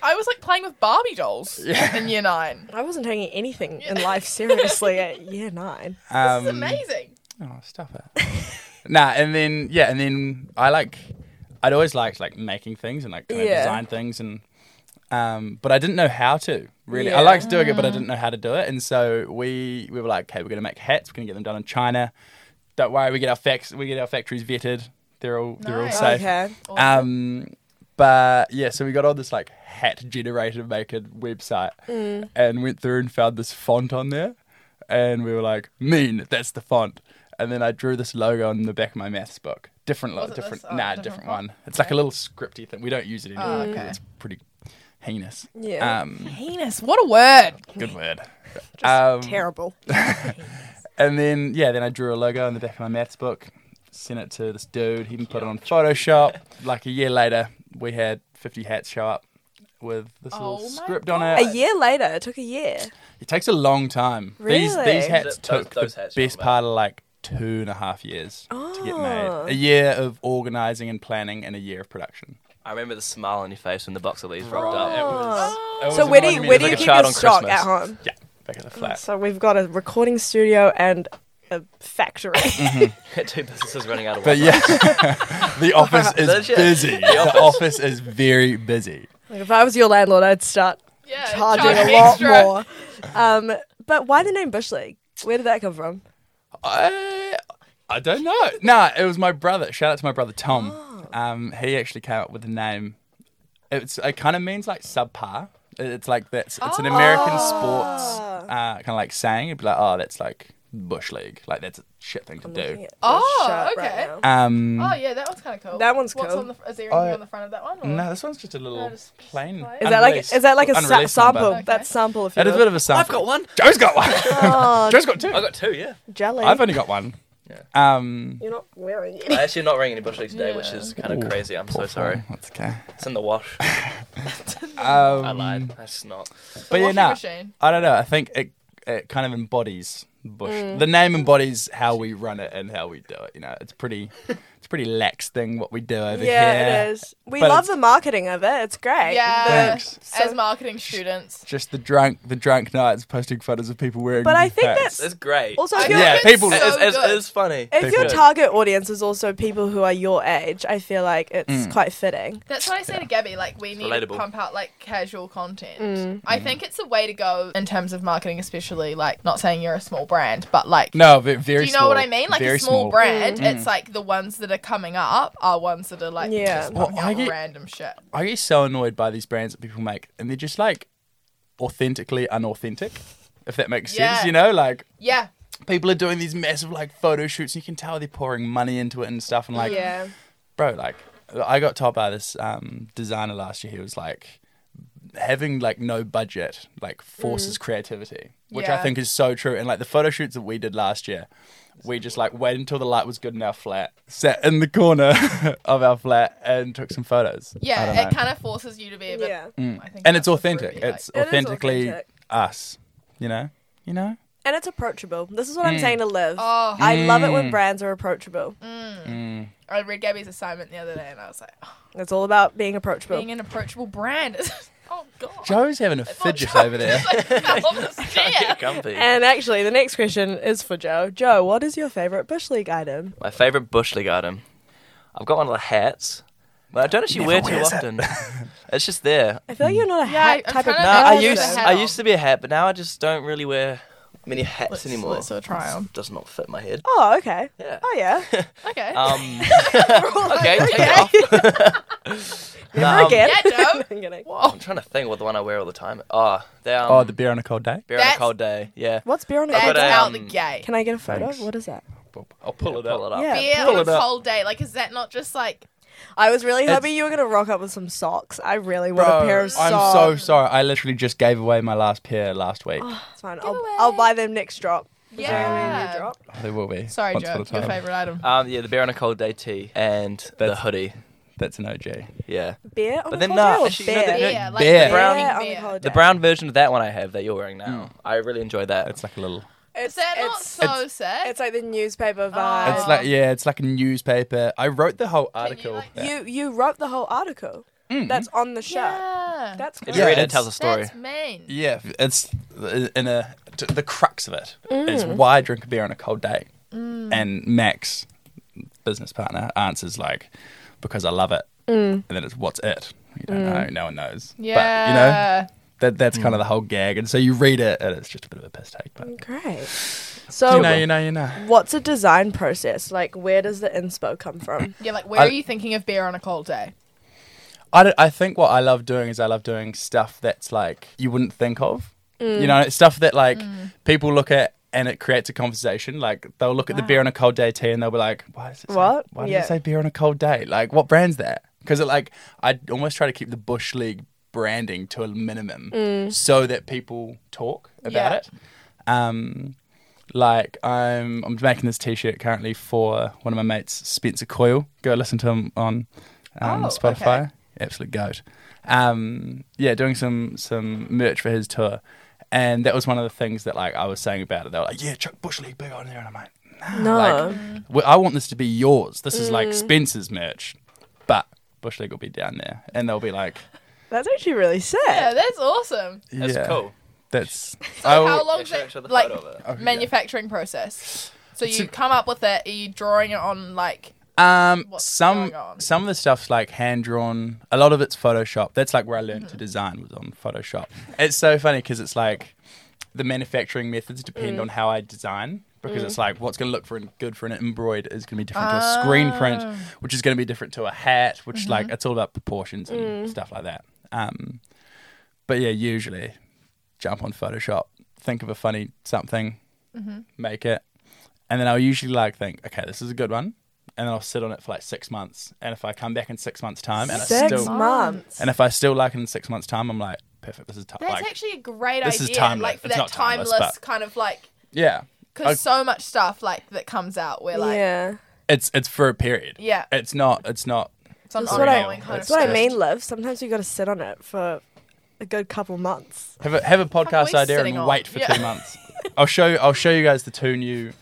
I was like playing with Barbie dolls
[LAUGHS] Yeah.
in year nine.
I wasn't taking anything in life seriously at
[LAUGHS]
year nine.
Um,
This is amazing.
Oh, stop it. [LAUGHS] nah, and then yeah, and then I like I'd always liked like making things and like kind
Yeah.
of design things and um but I didn't know how to really. I
Yeah.
liked doing it but I didn't know how to do it. And so we we were like, okay, we're gonna make hats, we're gonna get them done in China. Don't worry, we get our facts we get our factories vetted. They're all they're all
Nice.
safe.
Okay.
Oh.
Um, but yeah, so we got on this like hat generator maker website
Mm.
and went through and found this font on there, and we were like, "Mean, that's the font." And then I drew this logo on the back of my maths book. Different, lo-
Was it this?
different,
Oh,
nah,
different
different,
font?
one. It's like a little scripty thing. We don't use it anymore.
Oh,
'cause
okay.
It's pretty heinous.
Yeah.
Um,
Penis. What a word. [LAUGHS]
good word. Um,
Terrible.
And then yeah, then I drew a logo on the back of my maths book, sent it to this dude. He even put it on [LAUGHS] Photoshop. Like a year later, we had 50 hats show up with this
Oh my
little script on
A
it.
year later, it took a year.
It takes a long time. These
Really?
these hats
Th- those-
took
those
the
hats you're on
best
about.
part of like two and a half years to get
Oh.
made. A year of organizing and planning, and a year of production.
I remember the smile on your face when the box of these rocked up.
Oh.
was,
So where do you, where do you
like a
keep
child
your
on
stock
Christmas.
at home?
Yeah, back at the flat.
So we've got a recording studio and a
[LAUGHS]
factory.
Mm.
[LAUGHS] Two businesses running out of
But
water.
yeah, [LAUGHS] the office is
Legit.
busy. The office is very busy.
like if I was your landlord, I'd start
Yeah.
charging
Uh, charge
a lot
extra.
more. Um, but why the name Bush League? Where did that come from?
I I don't know. Nah, it was my brother. Shout out to my brother Tom.
Oh.
Um, he actually came up with the name. It's it kind of means like subpar. It- It's like that's it's an
Oh.
American sports uh, kind of like saying. It'd be like, oh, that's like bush league. Like that's a shit thing to do.
Oh,
Shirt
okay.
now.
Um,
Oh yeah, that one's kind of cool.
That one's
What's
cool.
On the, is there anything
Oh.
on the front of that one? or-
no, this one's just a little
No, just- just
plain.
plain.
Is that like
unreleased-
is that like a sa-
unreleased number.
sample?
Okay.
That's sample. If you
That is a
will.
bit of a sample.
I've got one.
Joe's
[LAUGHS]
got [LAUGHS] one.
Oh,
Joe's got two.
I got two, yeah.
jelly.
I've only got one.
Yeah.
Um,
You're not wearing it.
I actually not wearing any bush leagues today, which is kind of
Ooh,
crazy. I'm so
poor
sorry.
thing. That's okay.
It's in the wash.
Um,
I lied. That's not.
but yeah,
washing
nah,
machine.
I don't know. I think it it kind of embodies Bush.
Mm.
The name embodies how we run it and how we do it. You know,
[LAUGHS]
it's pretty it's pretty lax thing what we do over here.
Yeah, it is. Uh, We
But
love
it's-
the marketing of it. It's great.
Yeah.
Thanks.
As marketing students.
Just the drunk the drunk nights posting photos of people wearing.
But I think
hats.
that's-
It's great.
Also, if
I
you're,
Yeah,
think it's
people-
it
so
is, it is- it
good.
is funny. [LAUGHS]
if your
People-
target audience is also people who are your age, I feel like it's
Mm.
quite fitting.
That's what I say to Gabby. Like, we need to
relatable.
pump out like casual content.
Mm-hmm.
I think it's a way to go in terms of marketing, especially like not saying you're a small brand, but like,
no, ve- very. Mm-hmm.
do you know what I mean? Like a small, brand, it's like the ones that that are coming up are ones that are like
Yeah.
just
Well,
pumping
I
out
get-
random shit.
I get so annoyed by these brands that people make, and they're just like authentically unauthentic, if that makes
Yeah.
sense. You know, like
Yeah.
people are doing these massive like photo shoots, and you can tell they're pouring money into it and stuff. And like,
yeah.
bro, like I got told by this um, designer last year. He was like, having like no budget like forces creativity, which I
Yeah.
think is so true. And like the photo shoots that we did last year, we just like waited until the light was good in our flat, sat in the corner [LAUGHS] of our flat, and took some photos. I don't
Yeah,
know.
it kind of forces you to be a bit.
Yeah.
I think
and
that's
it's
what
authentic.
Ruby
It's
It is
authentically
authentic.
us. You know. You know.
And it's approachable. This is what I'm saying to live.
Oh.
I love it when
Mm.
brands are approachable.
I read Gabby's assignment the other day, and I was like, oh,
It's all about being approachable.
being an approachable brand. [LAUGHS] oh god.
Joe's having
[LAUGHS]
a fidget over there.
Like, fell off
[LAUGHS]
the
Trying to
chair.
get comfy.
and actually, the next question is for Joe. Joe, what is your favorite bush league item?
My favourite bush league item. I've got one of the hats, but I don't actually
Never
wear too
wears it. [LAUGHS]
often. it's just there.
I feel
Mm.
like you're not a
Yeah,
hat
I'm
type
trying
of
to-
No,
Yeah,
I
it's
used
a hat
I
on.
used to be a hat, but now I just don't really wear many hats
Let's-
anymore.
let's do a try on.
Does not fit my head.
Oh, okay.
Yeah.
Oh,
[LAUGHS]
yeah.
Okay.
[LAUGHS]
Uh,
Um,
okay.
okay, take it off.
Never
[LAUGHS] Um,
again.
Yeah, Joe.
[LAUGHS] I'm kidding.
I'm trying to think what the one I wear all the time. Oh, they um,
oh, the beer on a cold day.
beer on a
That's-
cold day. Yeah.
What's beer on a
got
That's
cold
a,
day?
out
um,
the gate.
Can I get a photo?
Thanks.
What is that?
I'll pull it
Pull it up.
Yeah.
Beer
Pull
on a
it up.
cold day. Like, is that not just like?
I was really
It's-
hoping you were going to rock up with some socks. I really want
Bro,
a pair of socks. Oh.
I'm so sorry. I literally just gave away my last pair last week.
It's fine. I'll, I'll buy them next drop. Is there gonna be a new
Yeah.
drop?
They will be.
Sorry,
once
Joe.
upon a
Your
time. Uh,
favorite item.
Um, yeah, the bear on a cold day tee and the
That's-
hoodie.
That's an OG.
Yeah.
Beer Oh on
But
a
then
cold
nah,
day or
actually, you
beer?
know, the-
Beer,
no,
like
beer.
the
Brown-
beer.
Beer on a cold
The
day.
brown version of that one I have that you're wearing now. I really enjoy that.
It's like a little.
Is that not Oh.
It's,
so sad?
it's like the newspaper vibe.
It's like yeah, it's like a newspaper. I wrote the whole article.
like-
that-
You you wrote the whole article.
Mm.
That's on the shirt.
yeah.
That's
If
great.
you
Yeah,
read it, it
it's-
tells a story.
That's mean.
yeah, it's in a t- the crux of it is why I drink a beer on a cold day. And Max, business partner, answers like, because I love it. And then it's what's it? You don't know. No one knows. But you know
Yeah.
that that's kind of the whole gag. And so you read it, and it's just a bit of a piss take. But
Great.
[SIGHS] you
So,
know, you know, you know.
what's a design process? Like, where does the inspo come from?
Yeah, like where
I-
are you thinking of beer on a cold day?
I, don't- I think what I love doing is I love doing stuff that's like you wouldn't think of.
Mm.
You know, stuff that like people look at and it creates a conversation. Like they'll look at the beer on a cold day tea and they'll be like, "Why is it? say-
What?
why does
Yeah.
it say beer on a cold day? Like what brand's that?" Because like I almost try to keep the bush league branding to a minimum
Mm.
so that people talk about
Yeah.
it. Um, like I'm I'm making this t-shirt currently for one of my mates, Spencer Coyle. Go listen to him on um,
Oh,
Spotify.
okay.
Absolute goat. Um, yeah, doing some some merch for his tour, and that was one of the things that like I was saying about it. They were like, "Yeah, chuck Bush League big on there," and I'm [CLEARS THROAT] like,
Oh.
No.
like, "Well, I want this to be yours. This is
Mm.
like Spencer's merch, but Bush League will be down there, and they'll be like,
That's actually really sad.
Yeah, that's awesome.
That's
yeah,
cool.
That's I
So
will- Oh,
how long
Yeah,
is
show-
it
show the
like
photo of it.
manufacturing process? So
It's
you
a-
come up with it, are you drawing it on like
Um,
what's
some
going on.
some of the stuff's like hand drawn. A lot of it's Photoshop. That's like where I
Hmm.
learned to design was on Photoshop. It's so funny because it's like the manufacturing methods depend
Hmm.
on how I design because it's like what's going to look for good for an embroid is going to be different to a screen print,
Oh.
which is going to be different to a hat, which
Mm-hmm.
like it's all about proportions and
Hmm.
stuff like that. Um, but yeah, usually jump on Photoshop, think of a funny something,
Mm-hmm.
make it, and then I'll usually like think, okay, this is a good one, and then I'll sit on it for like six months. And if I come back in six months' time, and I
Six
still,
months.
and if I still like it in six months' time, I'm like, perfect. This is time.
That's
Like,
actually a great
this is
idea.
timeless.
Like for
It's
that
not timeless,
timeless,
but-
kind of like
yeah,
because
I-
so much stuff like that comes out where like
yeah.
it's it's for a period.
Yeah.
it's not. It's not.
it's an
That's what I-
ongoing kind
that's
That's
of
what I
just-
mean, Liv. Sometimes you got to sit on it for a good couple months.
Have a have a podcast
we
idea
sitting
and
on?
wait for
Yeah.
two months. I'll show you. I'll show you guys the two new,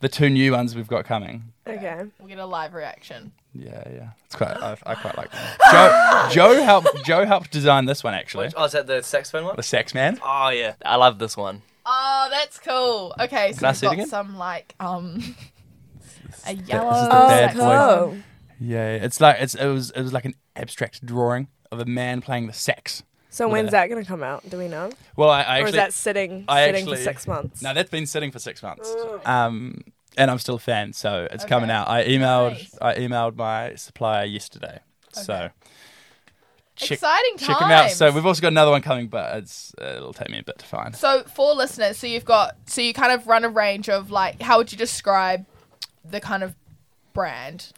the two new ones we've got coming.
Okay.
We'll get a live reaction.
Yeah, yeah, it's quite. I, I quite like that. Joe, Joe helped. Joe helped design this one actually.
Oh, is that the saxophone one?
The Sax Man.
Oh yeah, I love this one.
Oh, that's cool. Okay, so
I
we've
see it
got
again?
some like um [LAUGHS] a
the
yellow.
Oh,
bad
saxophone.
boy. Yeah, yeah, it's like it's it was it was like an abstract drawing of a man playing the sax.
So when's that going to come out? Do we know?
Well, I, I
or is
actually
that sitting
I
sitting for
actually-
six months?
no, that's been sitting for six months. Um, and I'm still a fan, so it's coming
Okay.
out. I emailed
Nice.
I emailed my supplier yesterday, so
Okay.
check
Exciting times.
check them out. So we've also got another one coming, but it's uh, it'll take me a bit to find.
So for listeners, so you've got so you kind of run a range of like how would you describe the kind of brand?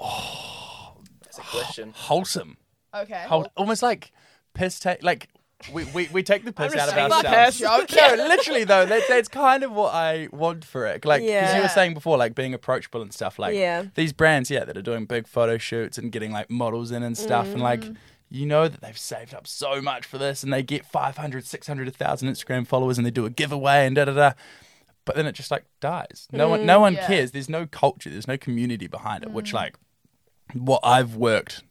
That's a [SIGHS] question.
Wholesome,
Okay.
Whole, almost like piss take like. We, we, we take the piss out of
saying fuck
[LAUGHS]
ourselves.
ass.
No, literally though, that, that's kind of what I want for it. Like 'cause you
Yeah.
were saying before, like being approachable and stuff. Like
Yeah.
these brands, yeah, that are doing big photo shoots and getting like models in and stuff, and like
Mm.
you know that they've saved up so much for this, and they get 500, 600, 1,000 Instagram followers, and they do a giveaway and da da da. But then it just like dies. No one,
Mm.
no one
Yeah.
cares. There's no culture. There's no community behind it. Which like what I've worked,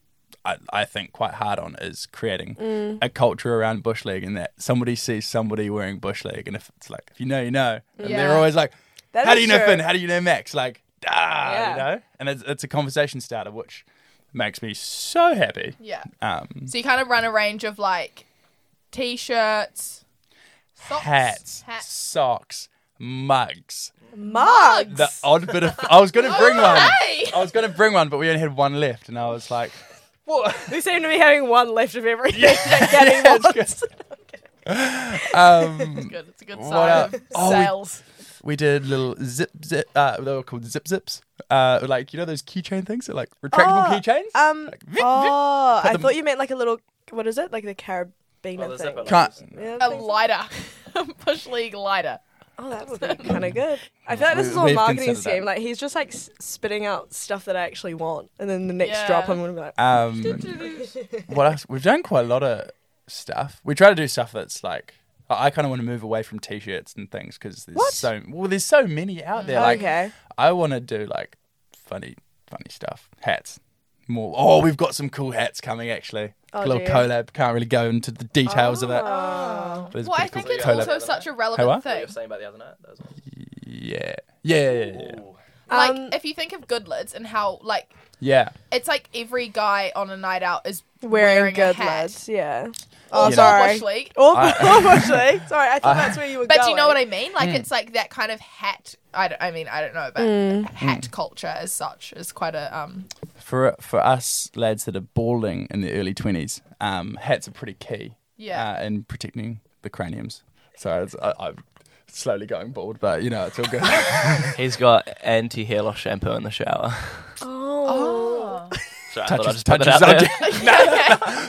I, I think, quite hard on is creating a culture around bush league, and that somebody sees somebody wearing bush league, and if it's like, if you know, you know, and
Yeah.
they're always like,
That
how
is
do you know
true.
Finn? How do you know Max? Like, ah,
Yeah.
you know, and it's, it's a conversation starter, which makes me so happy.
yeah.
Um,
So you kind of run a range of like t-shirts, socks,
hats,
hats.
socks, mugs,
Mug.
the odd bit of. I was
[LAUGHS] Oh
gonna bring one.
Hey!
I was gonna bring one, but we only had one left, and I was like,
We seem to be having one left of everything. Yeah.
Yeah, [LAUGHS] it's um,
Good. It's a good
What
sign of
else? Oh, we-
sales.
We did little zip zip. Uh, they were called zip zips. Uh, like you know those keychain things, that, like retractable
Oh,
keychains.
Um.
Like, vip, vip.
Oh, I
them-
thought you meant like a little. What is it? Like the carabiner
the
thing.
zipper.
Can't.
Yeah,
A
things-
lighter. [LAUGHS] Bush league lighter.
Oh, that would be kind of good. I feel like this
We-
is all a
we've
marketing
considered that.
scheme. Like he's just like s- spitting out stuff that I actually want, and then the next
Yeah.
drop I'm gonna be like,
Um, what else? We've done quite a lot of stuff. We try to do stuff that's like. I kind of want to move away from t-shirts and things because there's
What?
so well. There's so many out there. Like
okay.
I want to do like funny, funny stuff. Hats. More. Oh, we've got some cool hats coming actually.
Oh,
a little
dear.
collab. Can't really go into the details of it.
Oh.
but there's a
Well, I
pretty cool
think it's
collab.
also such a
Hey,
relevant
what?
What you
thing.
were saying about the other night? Those ones.
yeah, yeah, yeah, yeah, yeah.
Ooh.
Like
Um,
if you think of Goodlads and how like
yeah.
it's like every guy on a night out is
Wearing,
wearing
good
a hat.
lads, yeah. Oh,
Oh,
You
sorry.
Bush league.
Or [LAUGHS]
I-
actually, sorry, I thought
I-
that's where you were
But
going. Hmm.
do you know what I mean? Like it's like that kind of hat. I, don't- I mean I don't know, but
Hmm.
hat culture as such is quite a um.
for for us lads that are balding in the early twenties, um, hats are pretty key.
Yeah.
Uh, in protecting the craniums. So it's, I, I'm slowly going bald, but you know it's all
[LAUGHS]
good. [LAUGHS]
He's got anti hair loss shampoo in the shower.
Oh.
[LAUGHS] Sorry, I thought I'd
touches,
just put
touches
that out there. [LAUGHS]
subject.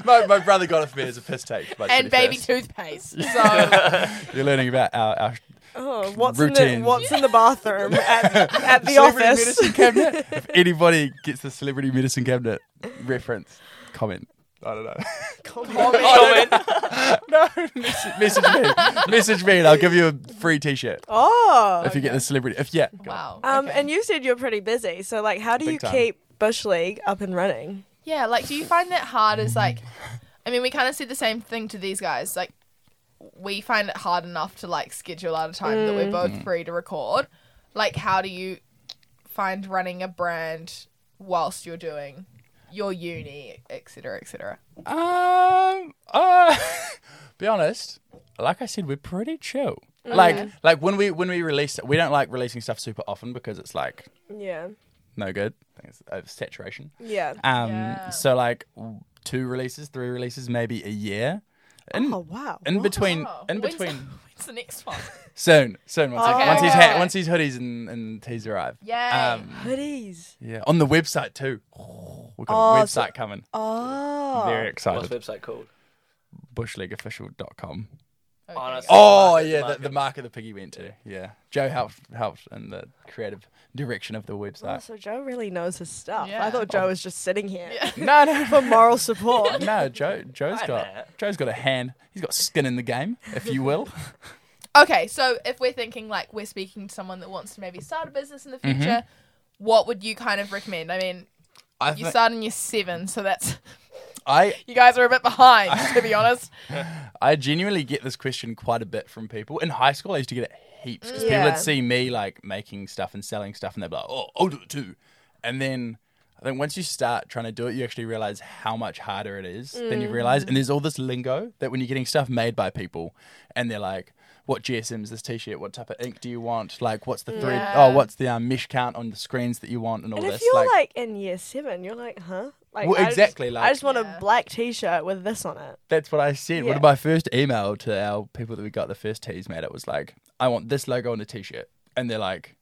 No, no, no. my, my brother got it for me as a piss take. my
And baby
21st.
toothpaste. So
[LAUGHS] You're learning about our, our
Oh, what's in
Routines.
the what's in the bathroom
[LAUGHS]
at, at the
celebrity
office?
medicine
[LAUGHS]
cabinet. if anybody gets the celebrity medicine cabinet reference, comment. I don't know. [LAUGHS]
Oh, Comment.
no, message, message
[LAUGHS]
me. Message me, and I'll give you a free T-shirt
Oh,
if you get the celebrity. If yeah, go on.
wow.
um,
okay.
and you said you're pretty busy, so like, how do
Big
you
time.
keep Bush League up and running?
yeah, like do you find that hard? As
[LAUGHS]
like, I mean, we kind of said the same thing to these guys. Like, we find it hard enough to like schedule out a time that
Mm.
we're both
Mm.
free to record. Like, how do you find running a brand whilst you're doing your uni, et cetera, et cetera?
Um, uh, [LAUGHS] be honest. Like I said, we're pretty chill. Like, like when we when we release, we don't like releasing stuff super often because it's like
Yeah,
no good. I think it's oversaturation.
yeah.
Um,
Yeah.
so like w- two releases, three releases, maybe a year. In,
Oh wow.
in between,
Oh,
in
when's-
between,
[LAUGHS] when's the next
[LAUGHS]
one?
soon, soon. Once,
Okay,
he, once he's
okay.
ha- once his hoodies and, and tees arrive.
Yay.
hoodies.
yeah, on the website too. We've got a
Oh,
website
so-
coming.
Oh,
Very
[LAUGHS] What's
excited.
the website called?
Bushleagueofficial.com.
Okay.
Honest.
Oh
Market,
yeah,
market.
the, the mark of the piggy went to. Yeah, Joe helped helped in the creative direction of the
Oh,
website.
so Joe really knows his stuff.
Yeah.
I thought
Oh.
Joe was just sitting here
No, no,
[LAUGHS] for moral
[LAUGHS]
support.
no. Joe Joe's
Hi,
got
Matt.
Joe's got a hand. He's got skin in the game, if you will.
Okay, so if we're thinking like we're speaking to someone that wants to maybe start a business in the
Mm-hmm.
future, what would you kind of recommend? I mean,
I
you
thi-
start in year seven, so that's
I
you guys are a bit
[LAUGHS]
behind, to be honest.
I genuinely get this question quite a bit from people. In high school, I used to get it heaps because people
Yeah.
would see me like making stuff and selling stuff, and they'd be like, "Oh, I'll do it too." And then I think once you start trying to do it, you actually realize how much
Mm.
harder it is than you realize. And there's all this lingo that when you're getting stuff made by people, and they're like, what GSM is this T-shirt? What type of ink do you want? Like, what's the thread?
Yeah.
Oh, what's the um, mesh count on the screens that you want, and all
And
this.
if you're like, in year seven, you're like, huh? Like,
Well,
I just-
exactly, like-
I just want
Yeah.
a black T-shirt with this on it.
That's what I said. One
Yeah.
of my first email to our people that we got the first tees made, it was like, I want this logo on a t-shirt. And they're like,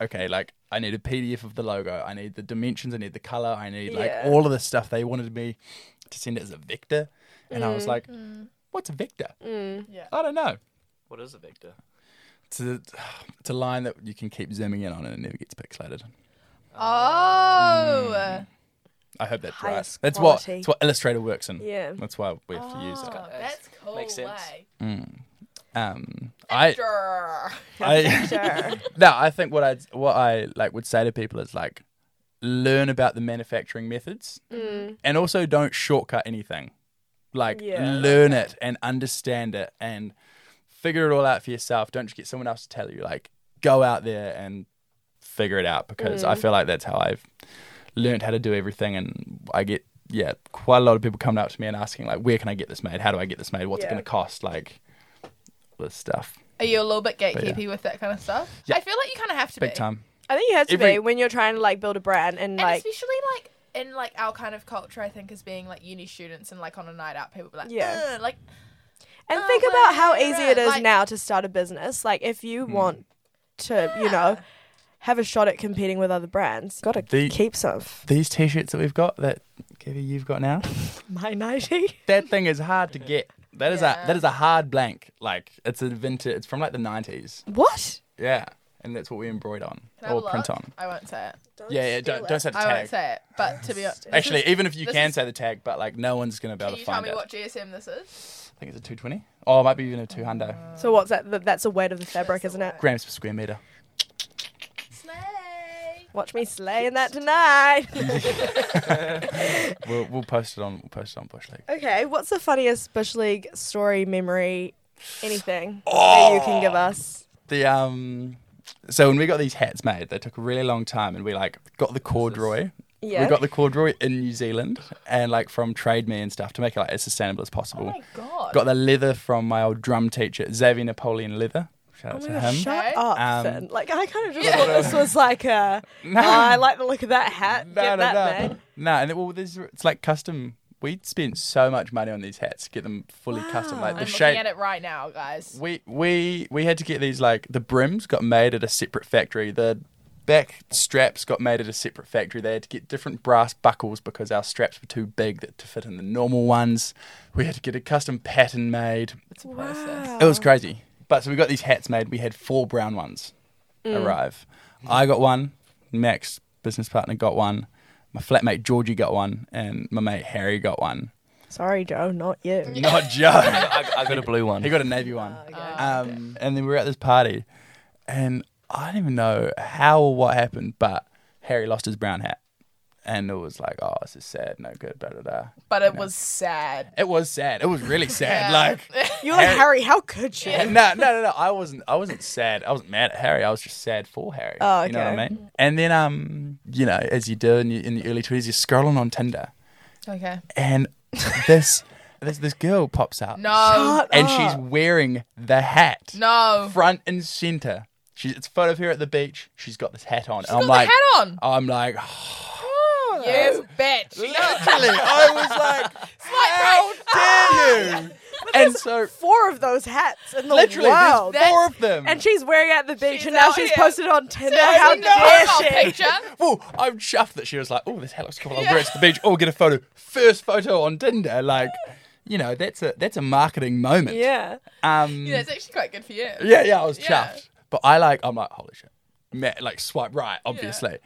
okay, like I need a PDF of the logo. I need the dimensions. I need the color. I need like
Yeah.
all of this stuff. They wanted me to send it as a vector. And I was like,
Mm,
what's a vector?
Yeah.
I don't know.
What is a vector?
It's a, it's a line that you can keep zooming in on and it never gets pixelated.
Oh.
Mm. I hope that's
Highest
right. That's what,
quality.
that's what Illustrator works in.
Yeah.
That's why we have to use
Oh,
it.
that's cool.
Makes sense.
eh?
Um, I,
Sure.
[LAUGHS]
[LAUGHS]
I,
Sure.
No, I think what I what I like would say to people is like learn about the manufacturing methods and also don't shortcut anything. Like
Mm. Yeah.
learn it and understand it and figure it all out for yourself. Don't just get someone else to tell you. Like go out there and figure it out because
Mm.
I feel like that's how I've learned how to do everything and I get yeah, quite a lot of people coming up to me and asking like where can I get this made? How do I get this made? What's it
Yeah.
going to cost? Like all this stuff.
Are you a little bit
yeah.
gatekeepy with that kind of stuff?
Yeah.
I feel like you kind of have to
Big
be.
time.
I think you have to
Every-
be when you're trying to like build a brand and,
And
like
especially like in like our kind of culture, I think as being like uni students and like on a night out, people be like,
Yeah.
yeah, like
and
Oh,
think
well,
about how
you're
easy
right.
it is
Like-
now to start a business. Like if you
Hmm.
want to, Uh, you know, have a shot at competing with other brands, got to
The-
keep some of
these t-shirts that we've got that Kevy you've got now
my ninety.
that thing is hard to get that is
Yeah.
a that is a hard blank like it's a vintage it's from like the 90s
[LAUGHS] What?
yeah and that's what we embroider on
can I have
or
a
print
look?
on
I won't say it.
yeah yeah don't, don't say the
I won't
tag
say it. But to be honest,
actually even if you
this
can
is-
say the tag but like no one's gonna be
can
able to
you tell
find
me
it
what GSM this is?
i think it's a 220 oh it might be even a 200
So what's that? Th- That's the weight of the fabric,
the
isn't it?
weight.
grams per square meter
Snake.
Watch me slaying that tonight.
we'll, we'll post it on we'll post it on bush league
okay, what's the funniest bush league story, memory, anything that you can give us?
the um so when we got these hats made they took a really long time and we like got the corduroy
Yeah.
We got the corduroy in New Zealand and like from Trade Me and stuff to make it like as sustainable as
Oh
possible.
my god.
got the leather from my old drum teacher, Xavier Napoleon Leather. Shout out to him.
Shut
Okay.
up,
Um,
Finn. Like I kind of just thought this was like a.
[LAUGHS] No.
"Oh, I like the look of that hat.
no,
Get
no,
that,
no.
mate."
No, and it, well, this, it's like custom. We spent so much money on these hats, to get them fully custom. Like
Wow.
the
I'm
shape.
looking at it right now, guys.
We we we had to get these like the brims got made at a separate factory. The back straps got made at a separate factory. They had to get different brass buckles because our straps were too big that, to fit in the normal ones. We had to get a custom pattern made.
It's a process.
It was crazy. But so we got these hats made. We had four brown ones arrive. I got one. Max, business partner, got one. My flatmate Georgie got one, and my mate Harry got one.
Sorry, Joe, not you.
Not Joe.
I, I got a blue one.
He got a navy one. Um, and then we were at this party, and I don't even know how or what happened, but Harry lost his brown hat, and it was like, oh, this is sad, no good, blah blah blah.
But it was sad.
It was sad. It was really sad.
Yeah.
Like,
You're like
Harry-
Harry. How could you?
no, no, no, no. I wasn't. I wasn't sad. I wasn't mad at Harry. I was just sad for Harry.
Oh,
You know what I
okay.
mean? And then, um, you know, as you do in, your, in the early twenties, you're scrolling on Tinder,
Okay.
and [LAUGHS] this this this girl pops up.
No.
and she's wearing the hat.
No.
Front and center. She's it's a photo of her at the beach. She's got this hat on. and
got
I'm
the
like, oh.
hat on.
I'm like, [SIGHS]
Yes, bitch.
literally. I was like,
Right, right. [LAUGHS]
damn you. And so,
Four of those hats in the
literally,
world.
there's four of them.
and she's wearing it at the beach,
She's
and now
out
she's
here.
posted on Tinder.
I've
How
seen the
dare
profile
she?
picture.
Well, I'm chuffed that she was like, "Oh, this hat looks cool. I'll wear it to the beach. Oh, get a photo. First photo on Tinder. Like, you know, that's a that's a marketing moment.
Yeah.
Um.
Yeah, it's actually quite good for you.
Yeah, yeah, I was chuffed.
Yeah.
But I like, I'm like, holy shit. Ma- like, swipe right, obviously.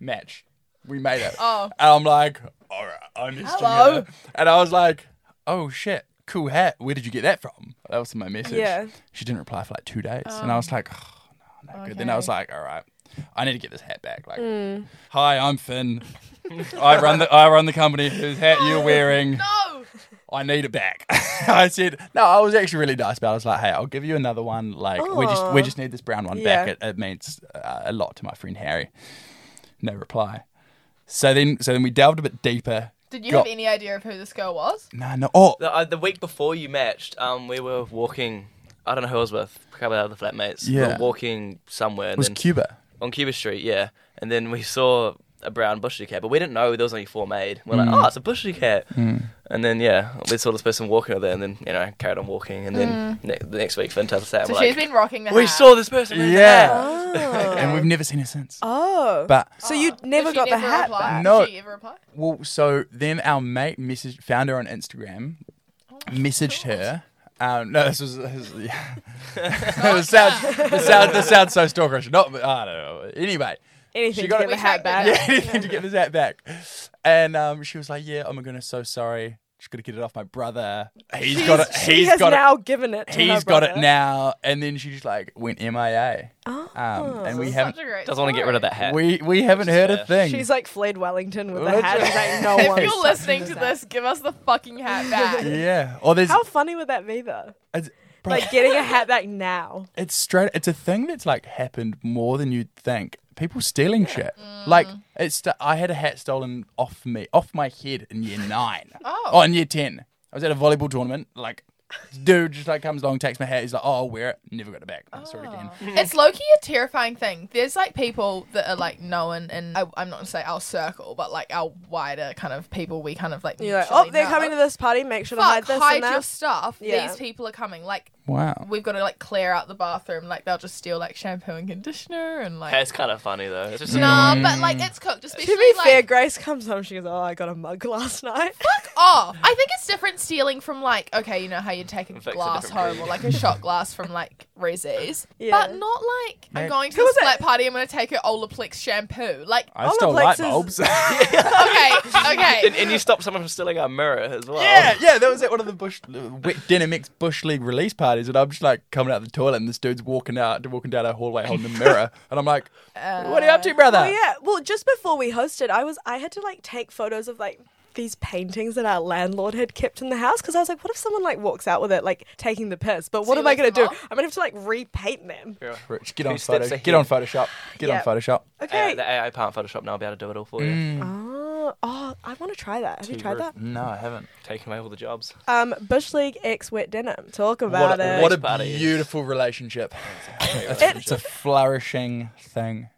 Match. We made it.
Oh.
And I'm like, all right, I'm
Hello?
Hello. And I was like, oh shit, cool hat. Where did you get that from? That was my message.
Yeah.
She didn't reply for like two days. And I was like, oh, no, no good. Then I was like, all right, I need to get this hat back. Like, hi, I'm Finn. [LAUGHS] I run the I run the company whose hat you're wearing.
No.
I need it back. [LAUGHS] I said, no, I was actually really nice about it. I was like, hey, I'll give you another one. Like, we just we
Aw.
just need this brown one
Yeah.
back. It, it means uh, a lot to my friend Harry. No reply. So then, so then we delved a bit deeper.
Did you
Got-
have any idea of who this girl was?
No, no. Oh,
The, uh, the week before you matched, um, we were walking I don't know who I was with, a couple of other flatmates. We
Yeah.
were walking somewhere
It
and
was
then,
Cuba.
on Cuba Street, yeah. And then we saw a brown bushy cat, but we didn't know there was only four made. We're like, oh, it's a bushy cat. And then, yeah, we saw this person walking over there and then, you know, carried on walking. And then ne- the next week, Finn tells us that.
Mm. So
we're
she's
like,
been rocking the
we
hat.
saw this person. in the
Yeah.
hat."
Oh.
And we've never seen her since.
Oh.
But
so you
Did
never
she
got the
never
hat
reply?
back.
Did
No.
she ever reply?
Well, so then our mate messaged, found her on Instagram, messaged her.
Oh,
Um, no, this was, this
[LAUGHS]
was- yeah. [LAUGHS] this sounds this sounds this sounds so stalkerish. Not, but I don't know. Anyway,
Anything
She
to
got
get
it-
the hat back. [LAUGHS]
[LAUGHS] yeah, anything to get this hat back. And um, she was like, "Yeah, oh my goodness, so sorry. Just gotta get it off my brother. He's got it.
She
He's
has
got
now
it.
given it to her
He's got it
brother.
now." And then she just like went MIA.
Oh.
Um, and we
Such
haven't
a great
[LAUGHS] Doesn't want to get rid of
story.
that hat.
we we haven't
is
heard a
fair.
thing.
She's like fled Wellington with the
Literally.
hat. She's like, no one.
If you're listening to this, give us the fucking
[LAUGHS]
hat back.
yeah. Or there's
How funny would that be though?
it's, bro,
Like getting a hat back now.
it's straight. It's a thing that's like happened more than you'd think. People stealing shit. Like it's. st- I had a hat stolen off me, off my head in year nine.
Oh.
Oh, in year ten, I was at a volleyball tournament. Like, dude, just like comes along, takes my hat. He's like, "Oh, I'll wear it." Never got it back. I saw it again.
It's low key a terrifying thing. There's like people that are like known, and I, I'm not gonna say our circle, but like our wider kind of people we kind of like.
You're like,
mutually
oh, they're
know.
coming to this party. Make sure to
Fuck,
hide this and
your
that.
stuff.
Yeah.
These people are coming. Like
Wow.
we've got to like clear out the bathroom. Like they'll just steal like shampoo and conditioner and like.
It's kind of funny, though. It's just
Nah, but like it's cooked. Especially
To be
like,
fair, Grace comes home. She goes, "Oh, I got a mug [LAUGHS] last night."
off. I think it's different stealing from like okay, you know how you take a
Affects a
glass
different
home
breed.
or like a shot glass from like Rezzy's,
Yeah.
but not like
Mate.
I'm going to
Who
this
was it?
flat party. I'm going to take her Olaplex shampoo.
[LAUGHS]
Like
I
Olive
stole light
Lakes
[LAUGHS]
bulbs. [LAUGHS]
okay,
and,
okay.
[LAUGHS] and you stop someone from stealing our mirror as well.
yeah,
[LAUGHS]
yeah. That was at one of the Bush uh, Wet Dinner Mix Bush League release parties, and I'm just like coming out the toilet, and this dude's walking out, walking down our hallway holding a mirror, and I'm like, "What are you up to, brother?"
Oh yeah. Well, just before we hosted, I was I had to like take photos of like these paintings that our landlord had kept in the house because I was like, what if someone like walks out with it like taking the piss? But what
you
am I
left
gonna do?
them
I'm gonna have to like repaint them.
Rich, get on
Two steps
photo, get
ahead.
on Photoshop, get
Yeah.
on Photoshop.
Okay.
AI, the AI part Photoshop now will be able to do it all for you.
Mm.
Oh, oh, I want to try that. Have you
Two
tried
roof-
that?
No, I haven't.
Taking away all the jobs.
Um, Bush League X Wet Denim. Talk about
What a,
it.
what a
Party.
beautiful relationship. it's,
It-
it's a flourishing thing.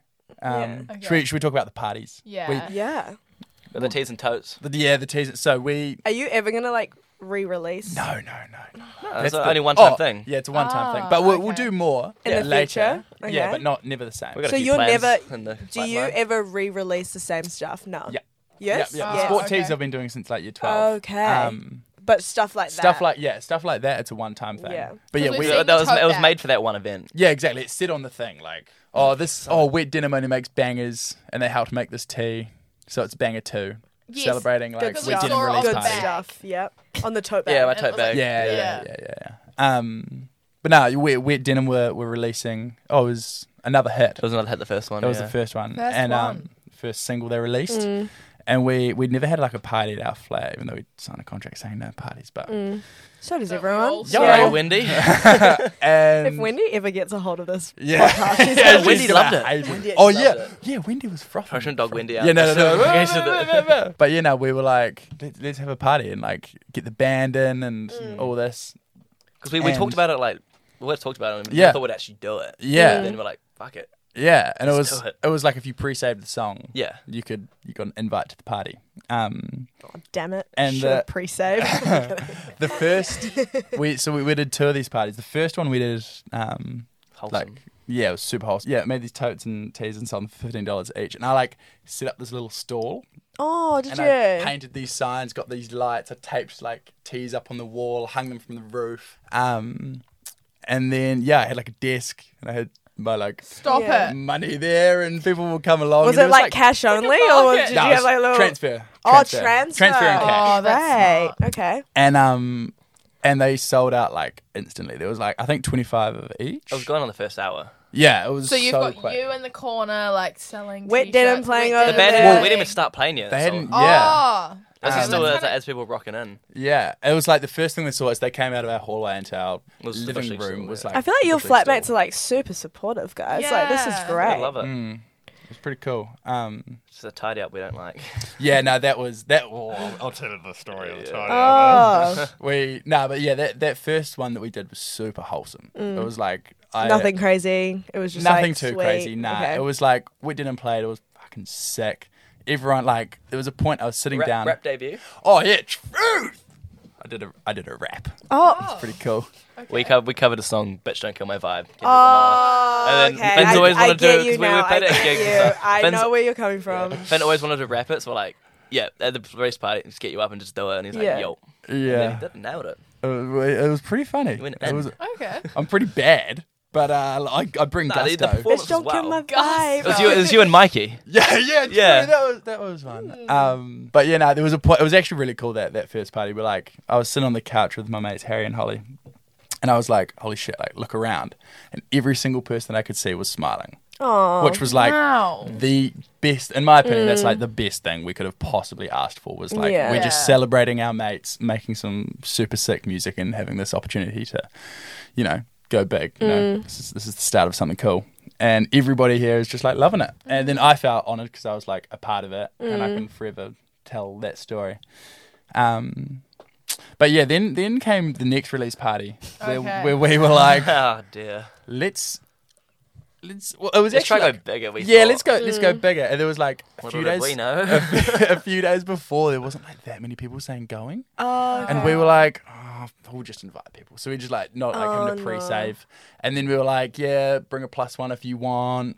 Um,
Yeah.
Okay.
should, we, should we talk about the parties?
Yeah.
We,
yeah.
With the teas and totes.
the, yeah, the teaser. So we.
Are you ever gonna like re-release?
No, no, no. no.
That's
the-
only one time
oh,
thing.
Yeah, it's a one time thing.
Ah,
But we'll, we'll
okay.
do more
In
yeah,
the
later.
future?
Yeah,
Okay.
but not never the same.
We got a
So
few
you're
plans
never-
in the
Do you
pipeline.
ever re-release the same stuff? No.
Yeah.
Yes.
Yeah, yeah.
Yes.
The sport
Oh,
teas
okay.
I've been doing since like year 12.
Okay.
Um,
But stuff like that.
stuff like, yeah, stuff like that. It's a one time thing.
Yeah.
But yeah,
Because
we,
we've seen
that was,
Tote
it was
bag.
made for that one event.
Yeah, exactly. It's sit on the thing. Like, oh, this, oh, wet denim only makes bangers, and they helped make this tea, so it's banger two.
Yes.
Celebrating like
Good
wet
stuff.
denim
Laura
release
on
good
the
party.
back.
stuff. Yep. On the tote bag.
Yeah, my
And it
tote
was like-
bag.
Yeah, yeah,
Yeah.
yeah, yeah, yeah, yeah. Um, but no, wet wet denim were were releasing. Oh, it was another hit.
It was another hit, the first one.
That was
yeah.
the first one,
First
and
one.
um, first single they released. And we we'd never had like a party at our flat, even though we signed a contract saying no parties. But
[LAUGHS]
So does
But we
everyone.
all
Sorry,
Yeah.
Wendy.
[LAUGHS]
[LAUGHS]
and
If Wendy ever gets a hold of this,
yeah,
[LAUGHS] Yeah, Wendy
she's
loved
about
it.
hated Oh
loved
yeah,
it.
yeah, Wendy was frothing.
Russian dog Wendy out.
Yeah, no, no, no.
[LAUGHS] Okay, so the-
[LAUGHS] But you know, we were like, Let, let's have a party and like get the band in and
Mm.
all this.
Because we, we
And-
talked about it like we would've talked about it. And
Yeah.
We thought we'd actually do it.
Yeah.
And then we're like, fuck it.
Yeah, and
Let's
it was
do it.
it. was like if you pre-saved the song,
Yeah.
you could you got an invite to the party. Um,
oh, damn it.
And,
should
uh,
have
[LAUGHS]
pre-saved.
the
[LAUGHS]
first we so we, we did two of these parties. The first one we did um
Wholesome.
like yeah, it was super wholesome. Yeah, made these totes and teas and sold them for fifteen dollars each. And I like set up this little stall
oh, did
and
you?
I painted these signs, got these lights, I taped like tees up on the wall, hung them from the roof. Um, and then yeah, I had like a desk and I had my like
Stop
Yeah.
it.
money there, and people would come along.
Uh, was
and
it like, cash only, or
market.
did
No,
you
it
have
was
like a little
transfer?
Oh, transfer.
transfer and cash,
Oh, that's
Right. Okay.
and um, and they sold out like instantly. There was like I think twenty five of each.
It was gone on the first hour.
yeah, it was
So
so,
you've got
quick.
you in the corner, like selling t-shirts,
Wet denim playing
wet
over
The
Yeah.
band
Well,
hadn't- we didn't even start playing yet.
they hadn't,
So,
yeah,
Oh,
this
um,
is still
that's
as,
kinda-
as people were rocking in.
yeah. It was like the first thing they saw as they came out of our hallway into our
Was the
living
bush next
room
door,
was
yeah.
like.
I feel like your
the bush door.
flatmates are like super supportive, guys. Like this is
Mm.
Yeah.
great.
I love it.
It was pretty cool. Um,
It's a tidy up we don't like.
yeah, no, that was that. Oh,
[LAUGHS] I'll tell you the story of the
Yeah.
time.
Oh,
we no, but yeah, that that first one that we did was super wholesome. It was like I,
Mm. nothing crazy. It was just
nothing
like,
too
sweet.
crazy. Nah,
Okay.
it was like we didn't play it. It was fucking sick. Everyone like there was a point I was sitting
Rap,
down.
rap debut.
Oh yeah, truth. I did a I did a rap.
oh,
Pretty cool.
We, co- we covered a song, Bitch Don't Kill My Vibe. Kendrick Lamar.
oh,
And then
okay.
Finn's
I,
always
I
wanna do it
get
'cause
you
when we
now.
played
I
it at
get
gigs and
you.
stuff.
I
Finn's-
know where you're coming from.
Finn always wanted to rap it, so we're like, yeah, at the race party, just get you up and just do it. And he's like,
Yeah.
yo. And then he
Yeah,
did, it, nailed it.
it was, it was pretty funny.
win it
It was,
Okay.
I'm pretty bad, but uh, I, I bring
Nah, the- the
gusto.
perform-
Bitch, don't kill
Wow.
my
Gosh.
vibe.
It was, you, it was you and Mikey.
[LAUGHS] Yeah, yeah, true.
Yeah.
That was that was one. Um, but yeah, no, there was a point. It was actually really cool that that first party. We're like, I was sitting on the couch with my mates Harry and Holly, and I was like, holy shit! Like, look around, and every single person I could see was smiling,
Aw.
which was like
Wow.
the best, in my opinion. That's like the best thing we could have possibly asked for. Was like
Yeah.
we're
Yeah.
just celebrating our mates, making some super sick music, and having this opportunity to, you know, go big. You
Mm.
know, this is this is the start of something cool. And everybody here is just like loving it. And then I felt honored because I was like a part of it, and
Mm.
I can forever tell that story. Um, but yeah, then then came the next release party where,
Okay.
where we were like,
[LAUGHS] Oh, dear.
let's let's. Well, it was
Let's try
actually
to
like,
go bigger. We
yeah,
thought.
let's go. Let's go
Mm.
bigger. And there was like a
Little
few
did
days. [LAUGHS]
we know.
a few days before, there wasn't like that many people saying going,
Oh,
and we were like, oh, we'll just invite people. So we just like not like
Oh,
him
no.
to pre-save, and then we were like, yeah, bring a plus one if you want.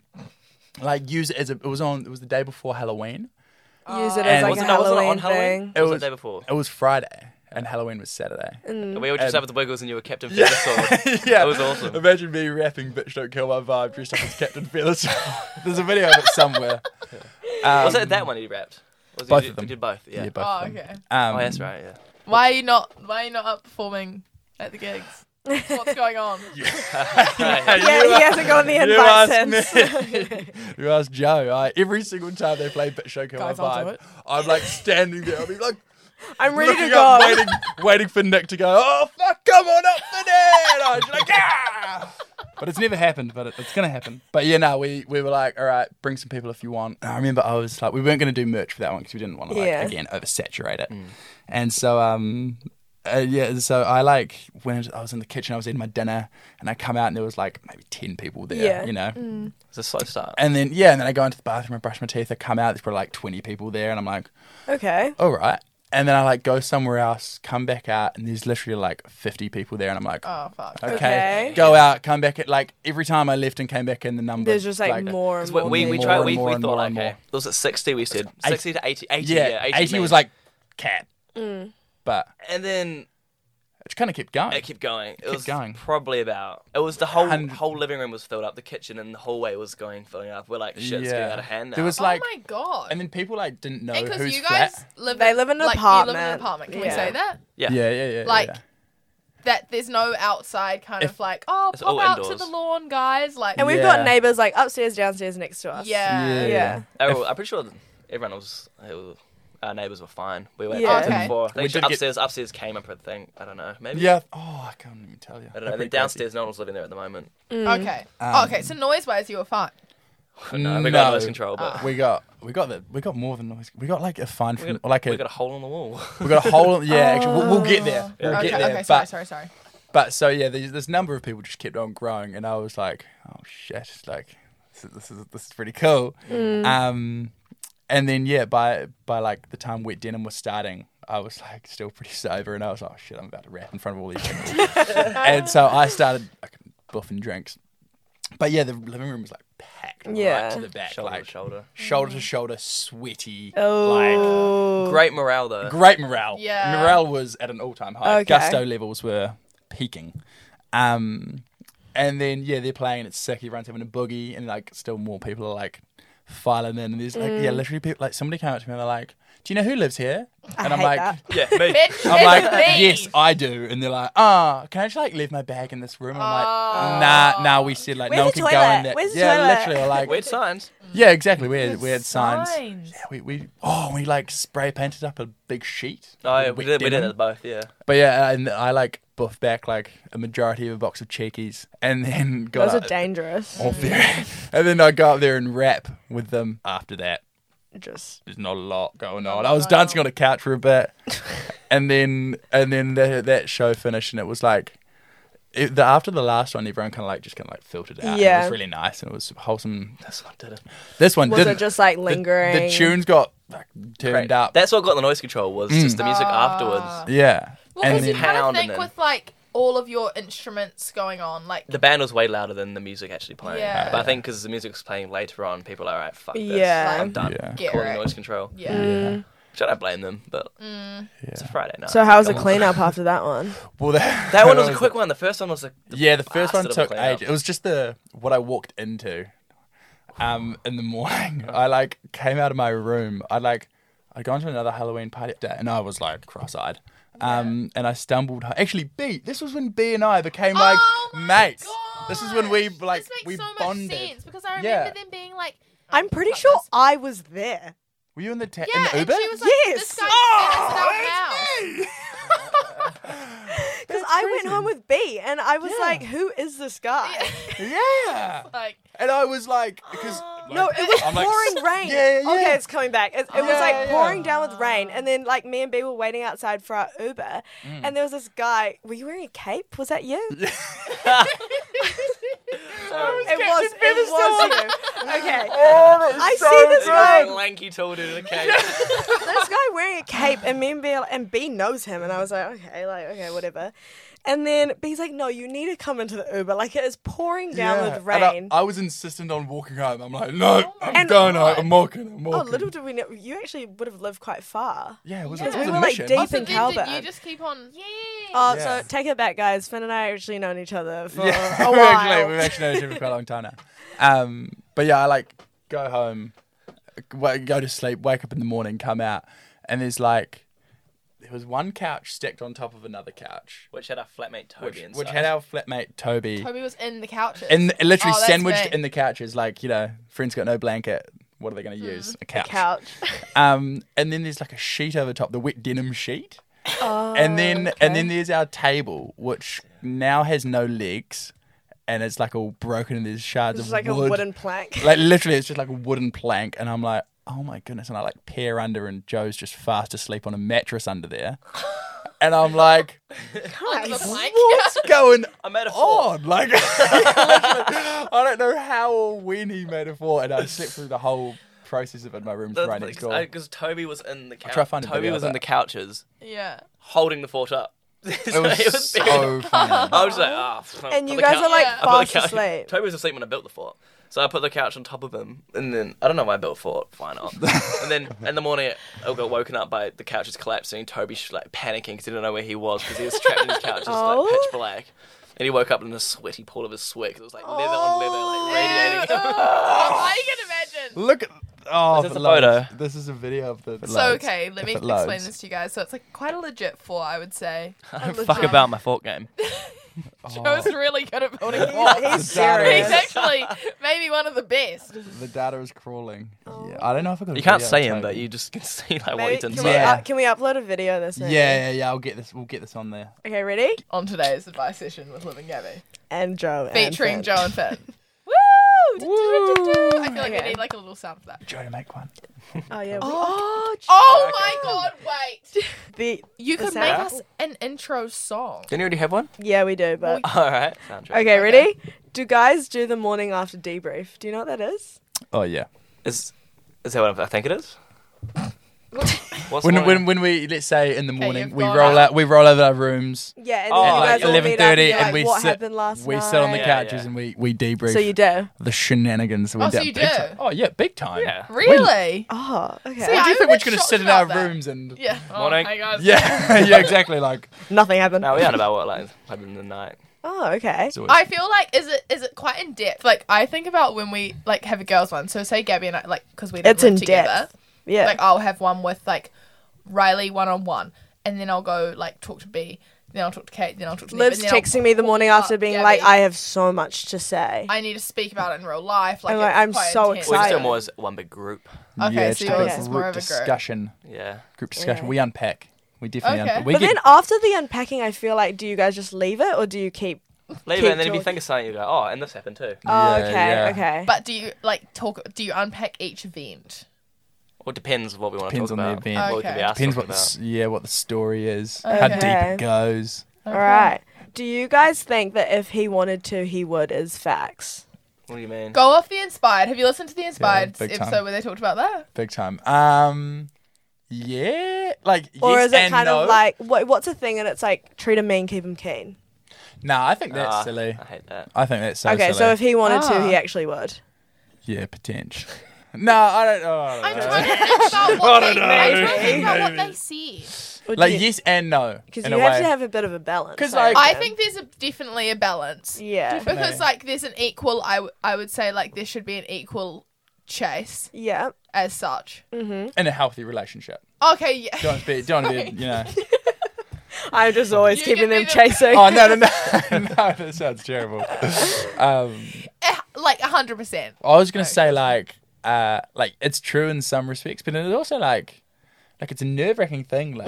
Like use it as a. It was on. It was the day before Halloween.
[LAUGHS] use
Ah.
it as
And-
like
wasn't
a
it, wasn't it
Halloween
on Halloween?
thing.
It was,
was-
the day before.
It was Friday, and Halloween was Saturday. [LAUGHS]
we all just
and-
up with the Wiggles and you were Captain Feather
[LAUGHS]
Sword.
yeah,
That was awesome.
Imagine me rapping "Bitch Don't Kill My Vibe" dressed up as Captain Feathersword. [LAUGHS] There's a video of it somewhere. Um,
Was it that one he rapped? Was
both
he,
of them.
He did both, yeah.
Yeah, [LAUGHS] both
Oh,
of them.
okay.
Um,
Oh, that's right,
[LAUGHS]
yeah.
Why are you not? Why are you not up performing at the
[LAUGHS]
gigs? What's going on?
Yeah, he hasn't got
[LAUGHS]
the
You
invite
asked
since.
[LAUGHS] me. you asked Joe. I, every single time they play Bitch Don't Kill My
Guys, I'll do
Vibe,
it.
I'm like standing there. I'll be like
I'm [LAUGHS] ready to
looking up,
go.
waiting, waiting for Nick to go. Oh fuck! Come on up, Nick! And I was like, yeah. But it's never happened. But it, it's gonna happen. But yeah, no, we we were like, all right, bring some people if you want. And I remember I was like, we weren't gonna do merch for that one because we didn't want to like
Yeah.
again oversaturate it. And so um. Uh, yeah, so I like went. I was in the kitchen. I was eating my dinner, and I come out, and there was like maybe ten people there.
Yeah. Mm.
you know,
It's a slow start.
and then yeah, and then I go into the bathroom, I brush my teeth, I come out, there's probably like twenty people there, and I'm like,
[LAUGHS] Okay.
all right. And then I like go somewhere else, come back out, and there's literally like fifty people there, and I'm like,
Oh fuck.
okay.
Okay.
go out, come back. At, like every time I left and came back in, the number
There's just like, more and
'Cause
more.
we, we, we
more
tried,
and
we,
more
we
and
thought,
more
like,
and
okay,
more.
was it 60 we said?
Eight-
60 to 80, 80
Yeah,
yeah, 80,
eighty, was
man.
like cat, but
And then
it kind of kept going.
it kept going. It, was
going.
probably about, it was the whole
Hundred-
whole living room was filled up, the kitchen and the hallway was going, filling up. We're like, shit, it's getting
Yeah.
out of hand now.
There was like,
oh my god.
and then people like didn't know
And
who's
you guys
flat.
live,
They
in,
live in an
like, You live in an
apartment.
apartment. Can we
Yeah.
say that?
yeah.
Yeah, yeah, yeah.
Like
yeah.
that there's no outside kind
If-
of like oh
It's
pop
all
out to
indoors.
the lawn, guys. Like
And we've
Yeah.
got neighbors like upstairs, downstairs, next to us.
yeah.
Yeah.
Oh, I'm pretty sure everyone was, who- our neighbours were fine. We went
Yeah.
up to
Okay.
before. I think
We did get-
upstairs, upstairs came up with a thing. I don't know. Maybe.
yeah. Oh, I can't even tell you.
I don't know. And then downstairs, no one was living there at the moment. [LAUGHS]
Mm.
Okay.
Um,
oh, okay. So noise wise, you were fine.
No, we got
No.
noise control, but
Ah.
We got we got the we got more than noise. We got like a fine
we,
from
got,
like a
we got a hole in the wall.
We got a
[LAUGHS]
whole. Yeah, actually, we'll, we'll get there. We'll
okay.
get there.
okay.
but,
Sorry. Sorry.
[LAUGHS]
Sorry.
but so yeah, these, this number of people just kept on growing, and I was like, oh shit, like this is this is, this is pretty cool. Um, and then yeah, by by like the time wet denim was starting. I was like still pretty sober, and I was like, oh, "Shit, I'm about to rap in front of all these people." and so I started like, buffing drinks, but yeah, the living room was like packed
Yeah.
right to the back,
shoulder
like [LAUGHS]
to shoulder.
shoulder to shoulder, sweaty, like
Mm. Oh.
Great morale though.
great morale.
Yeah.
Morale was at an all time high.
Okay.
Gusto levels were peaking. Um, and then, yeah, they're playing, it's sick. Everyone's having a boogie, and like still more people are like filing in. And there's like,
Mm.
yeah, literally people, like somebody came up to me and they're like, Do you know who lives here? And
hate
like,
that.
Yeah, me.
Bitch,
I'm like,
me.
yes, I do. And they're like, ah, can I just like leave my bag in this room? I'm like, nah, nah, we said like,
Where's
no one
the
can go in
toilet?
there.
Where's the
yeah,
toilet?
literally, we're like,
Weird signs.
Yeah, exactly. We had, we had signs.
signs.
Yeah, we, we oh we like spray painted up a big sheet.
Oh, yeah,
with
we
wet
did, we did
denim.
it both, yeah.
But yeah, and I like buffed back like a majority of a box of cheekies, and then [LAUGHS] got
Those are
up,
dangerous.
all there, [LAUGHS] and then I got up there and rap with them. After that,
Just
there's not a lot going on. I was dancing on a couch for
[LAUGHS]
a bit, and then and then that that show finished, and it was like. It, the, after the last one, everyone kind of like just kind of like filtered out. and it
Yeah.
was really nice and it was wholesome.
That's what did it.
This one
was
didn't.
it just like
The-
lingering?
The, tunes got like, turned
Great.
up. Mm.
That's what got the noise control was just the music
Ah.
afterwards.
yeah.
Well,
and
because you
then,
kind of
Pound and
think
then-
with like all of your instruments going on, like
The band was way louder than the music actually playing.
Yeah.
But I think because the music was playing later on, people are like, alright, fuck this.
Yeah.
I'm done.
Yeah.
Get
Calling
right.
noise control.
yeah.
Mm,
Which I don't blame them, but it's a
yeah.
Friday night.
so how's the
Oh.
Come on.
cleanup after that one?
Well, [LAUGHS] that,
That one was a quick one. The first one was a. the
Yeah, the first one
bastard of a
took
cleanup.
ages. It was just the what I walked into, um, in the morning. [LAUGHS] I like came out of my room. I like I'd gone to another Halloween party that- and I was like cross-eyed. Um, and I stumbled. ho- Actually, B. This was when B and I became like
Oh my
mates. This is when we
gosh.
like
this makes
we
so much
bonded.
sense because I remember
Yeah.
them being like,
I'm pretty sure I was there.
Were you in the ta-
yeah,
in the Uber? Oh,
and she was like,
Yes.
this guy's at our house.
Because I went home with B and I was like, who is this guy?
[LAUGHS] yeah.
Like,
And I was like,
[GASPS]
because
No, it was
I'm like,
pouring rain.
Yeah, yeah, yeah.
Okay, it's coming back. It, it was
Yeah,
like
yeah, yeah.
pouring down with rain, and then like me and B were waiting outside for our Uber,
Mm.
and there was this guy. Were you wearing a cape? Was that you?
[LAUGHS]
it was. It was, you.
[LAUGHS]
Okay.
Oh,
I see this guy.
Like lanky tall
[LAUGHS]
dude in a cage.
This
[LAUGHS]
guy wearing a cape, and me and B are- and B knows him, and I was like, okay, like okay, whatever. And then B's like, no, you need to come into the Uber. Like it is pouring down with
And I-
rain. Oh
I, was insistent on walking home. I'm like, no, I'm
And-
going home. I'm walking. I'm
oh,
walking.
little did we know, you actually would have lived quite far.
yeah, it was,
Yeah.
it was
We
a
were, like,
mission.
deep
[LAUGHS]
so
in
then did you
Calvert.
just keep on? Yeah.
Oh,
Yeah.
so take it back, guys. Finn and I have actually known each other for
yeah,
a
[LAUGHS] we've actually,
while.
we've actually known each other for quite a long time now. Um, but yeah, I like go home, wa- go to sleep, wake up in the morning, come out, and there's like there was one couch stacked on top of another couch,
Which had our flatmate Toby
which,
inside.
which had our flatmate Toby,
Toby was in the couches.
and literally
Oh, that's
sandwiched
great.
in the couches, like you know, friends got no blanket. What are they
Mm-hmm.
going to use? A
[LAUGHS]
couch.
Couch.
[LAUGHS] Um, and then there's like a sheet over top, the wet denim sheet. and then
Oh,
and then there's our table, which now has no legs, and it's like all broken and there's shards
It's
of
like
wood.
a wooden plank.
[LAUGHS] like literally, it's just like a wooden plank, and I'm like, oh my goodness, and I like peer under, and Joe's just fast asleep on a mattress
[LAUGHS]
under there, and I'm like,
Look like-
what's
[LAUGHS]
going
I made a fall.
on? Like, I don't know how or when he made a fall, and I slept through the whole process of it. My room's right next door.
Because uh, Toby was in the couch.
try to find a
Toby
video
was
of
in
it.
the couches
yeah.
holding the fort up. [LAUGHS] So
It was, so funny.
I was just like, ah. Oh,
And you guys are like
Yeah.
fast asleep.
Toby was asleep when I built the fort. So I put the couch on top of him, and then I don't know why I built a fort. Why [LAUGHS] not? and then in the morning, I got woken up by the couches collapsing. Toby sh- like panicking because he didn't know where he was because he was trapped in his couches like
Oh.
pitch black. And he woke up in a sweaty pool of his sweat 'cause it was like leather on
Oh,
leather, like [LAUGHS] radiating.
Oh, I can imagine.
Look at oh,
Is this
for
a
loads.
photo?
This is a video of the.
So okay, let me explain
loads.
this to you guys. So it's like quite a legit four, I would say. [LAUGHS]
I don't fuck about my fort game.
Oh,
Joe's really good at building. [LAUGHS]
[LAUGHS] He's
the data
He's
is-
serious.
actually maybe one of the best.
[LAUGHS] The data is crawling.
Oh.
Yeah, I don't know if I got.
You can't see him, but you just can see like what
Maybe-
he's
can,
inside.
we,
Yeah.
uh, can we upload a video of this?
Yeah,
maybe?
yeah, yeah. I'll get this. We'll get this on there.
Okay, ready?
On today's advice session with Living Gabby,
And Joe. and
featuring
Finn.
Joe [LAUGHS] and Finn.
Woo!
I feel like we
Okay.
need like a little sound for that.
Joe, to make one.
Oh yeah. we-
Oh, oh my God!
[LAUGHS]
Wait,
The,
you
The
could make
sound?
us an intro song.
Don't you already have one?
yeah, we do. But
[LAUGHS] All right. Soundtrack.
okay, ready? Do guys do the morning after debrief? Do you know what that is?
Oh yeah.
Is is that what I think
[LAUGHS]
it is? What's
When
one-
when when we let's say in the
you've
morning we
gone
roll
out.
out we roll over our rooms.
Yeah. And then
Oh,
you
like
guys all meet up
11:30
be
and
like,
we
what
sit-
happened last
We
night?
sit on the
Yeah,
couches
yeah.
and we we debrief.
So you do.
the shenanigans. That we
Oh, so
did
you
big
do?
time. Oh yeah, big time.
Yeah.
Really?
Oh, okay.
See,
What do
I'm
you
a
think we're
bit
just gonna
shocked
sit in
about
our
that.
rooms and?
Yeah. Oh,
Morning.
hey guys.
Yeah, [LAUGHS] yeah, exactly. Like
Nothing happened.
Oh,
No, we had about what like eleven in the night.
Oh, okay.
it's always-
I feel like is it is it quite in depth? Like I think about when we like have a girls one. So say Gabby and I like because we don't
It's
live
in
together.
depth. Yeah.
Like I'll have one with like Riley one on one, and then I'll go like talk to B, then I'll talk to Kate, then I'll talk to
Liv's
Neb, and then
texting me the morning
up
after being
Gabby.
like, I have so much to say.
I'll, I need to speak about it in real life. Like,
I'm like,
it's
I'm
quite intense.
so
We're just
excited.
doing more as one big group.
Okay,
yeah,
so
just a
yours
big
is
more
group
of a group.
discussion.
Yeah.
Group discussion. We unpack. We definitely
Okay.
unpack. We
but
get,
then after the unpacking, I feel like, do you guys just leave it or do you keep?
Leave
Keep
it, and then if you
talking.
think of something, you go, oh, and this happened too.
Oh,
Yeah,
okay,
yeah.
okay.
But do you like talk? Do you unpack each event?
Well, it depends what we want
Depends
to
on
talk
the
about.
event.
What we can be
Okay.
asked
depends
to
what
talk
the,
about.
s- yeah what the story is, how deep
Okay.
it goes.
All right. Do you guys think that if he wanted to, he would? Is facts.
What do you mean?
Go off the Inspired. Have you listened to the Inspired
big
episode
time.
where they talked about that?
Big time. Um, yeah, like
Or
yes
is it
and
kind
no.
of like what, what's a thing and it's like treat him mean, keep him keen?
Nah, I think that's
Ah,
silly.
I hate that.
I think that's so
okay,
silly.
so if he wanted to,
Ah.
he actually would.
yeah, potential. [LAUGHS] no, I don't. Oh, I don't
I'm trying to think about
know.
what, they,
[LAUGHS] I don't
I'm trying to think about
know.
what they said.
Would
like
you-
yes and no.
Because
in
you
a
have
way.
to have a bit of a balance.
'Cause,
I
like-
I
reckon.
think there's a, definitely a balance.
Yeah.
Because
No.
like there's an equal, I, w- I would say like there should be an equal chase
Yeah.
as such.
in a healthy relationship.
Okay, yeah.
Don't be, don't
[LAUGHS]
be, you know.
I'm just always
You
keeping
give me
them
the-
[LAUGHS] chasing.
Oh no, no, no, [LAUGHS] no! That sounds terrible. Um,
[LAUGHS] Eh, like hundred percent.
I was gonna say like, uh, like it's true in some respects, but it's also like, like it's a nerve wracking thing. Like,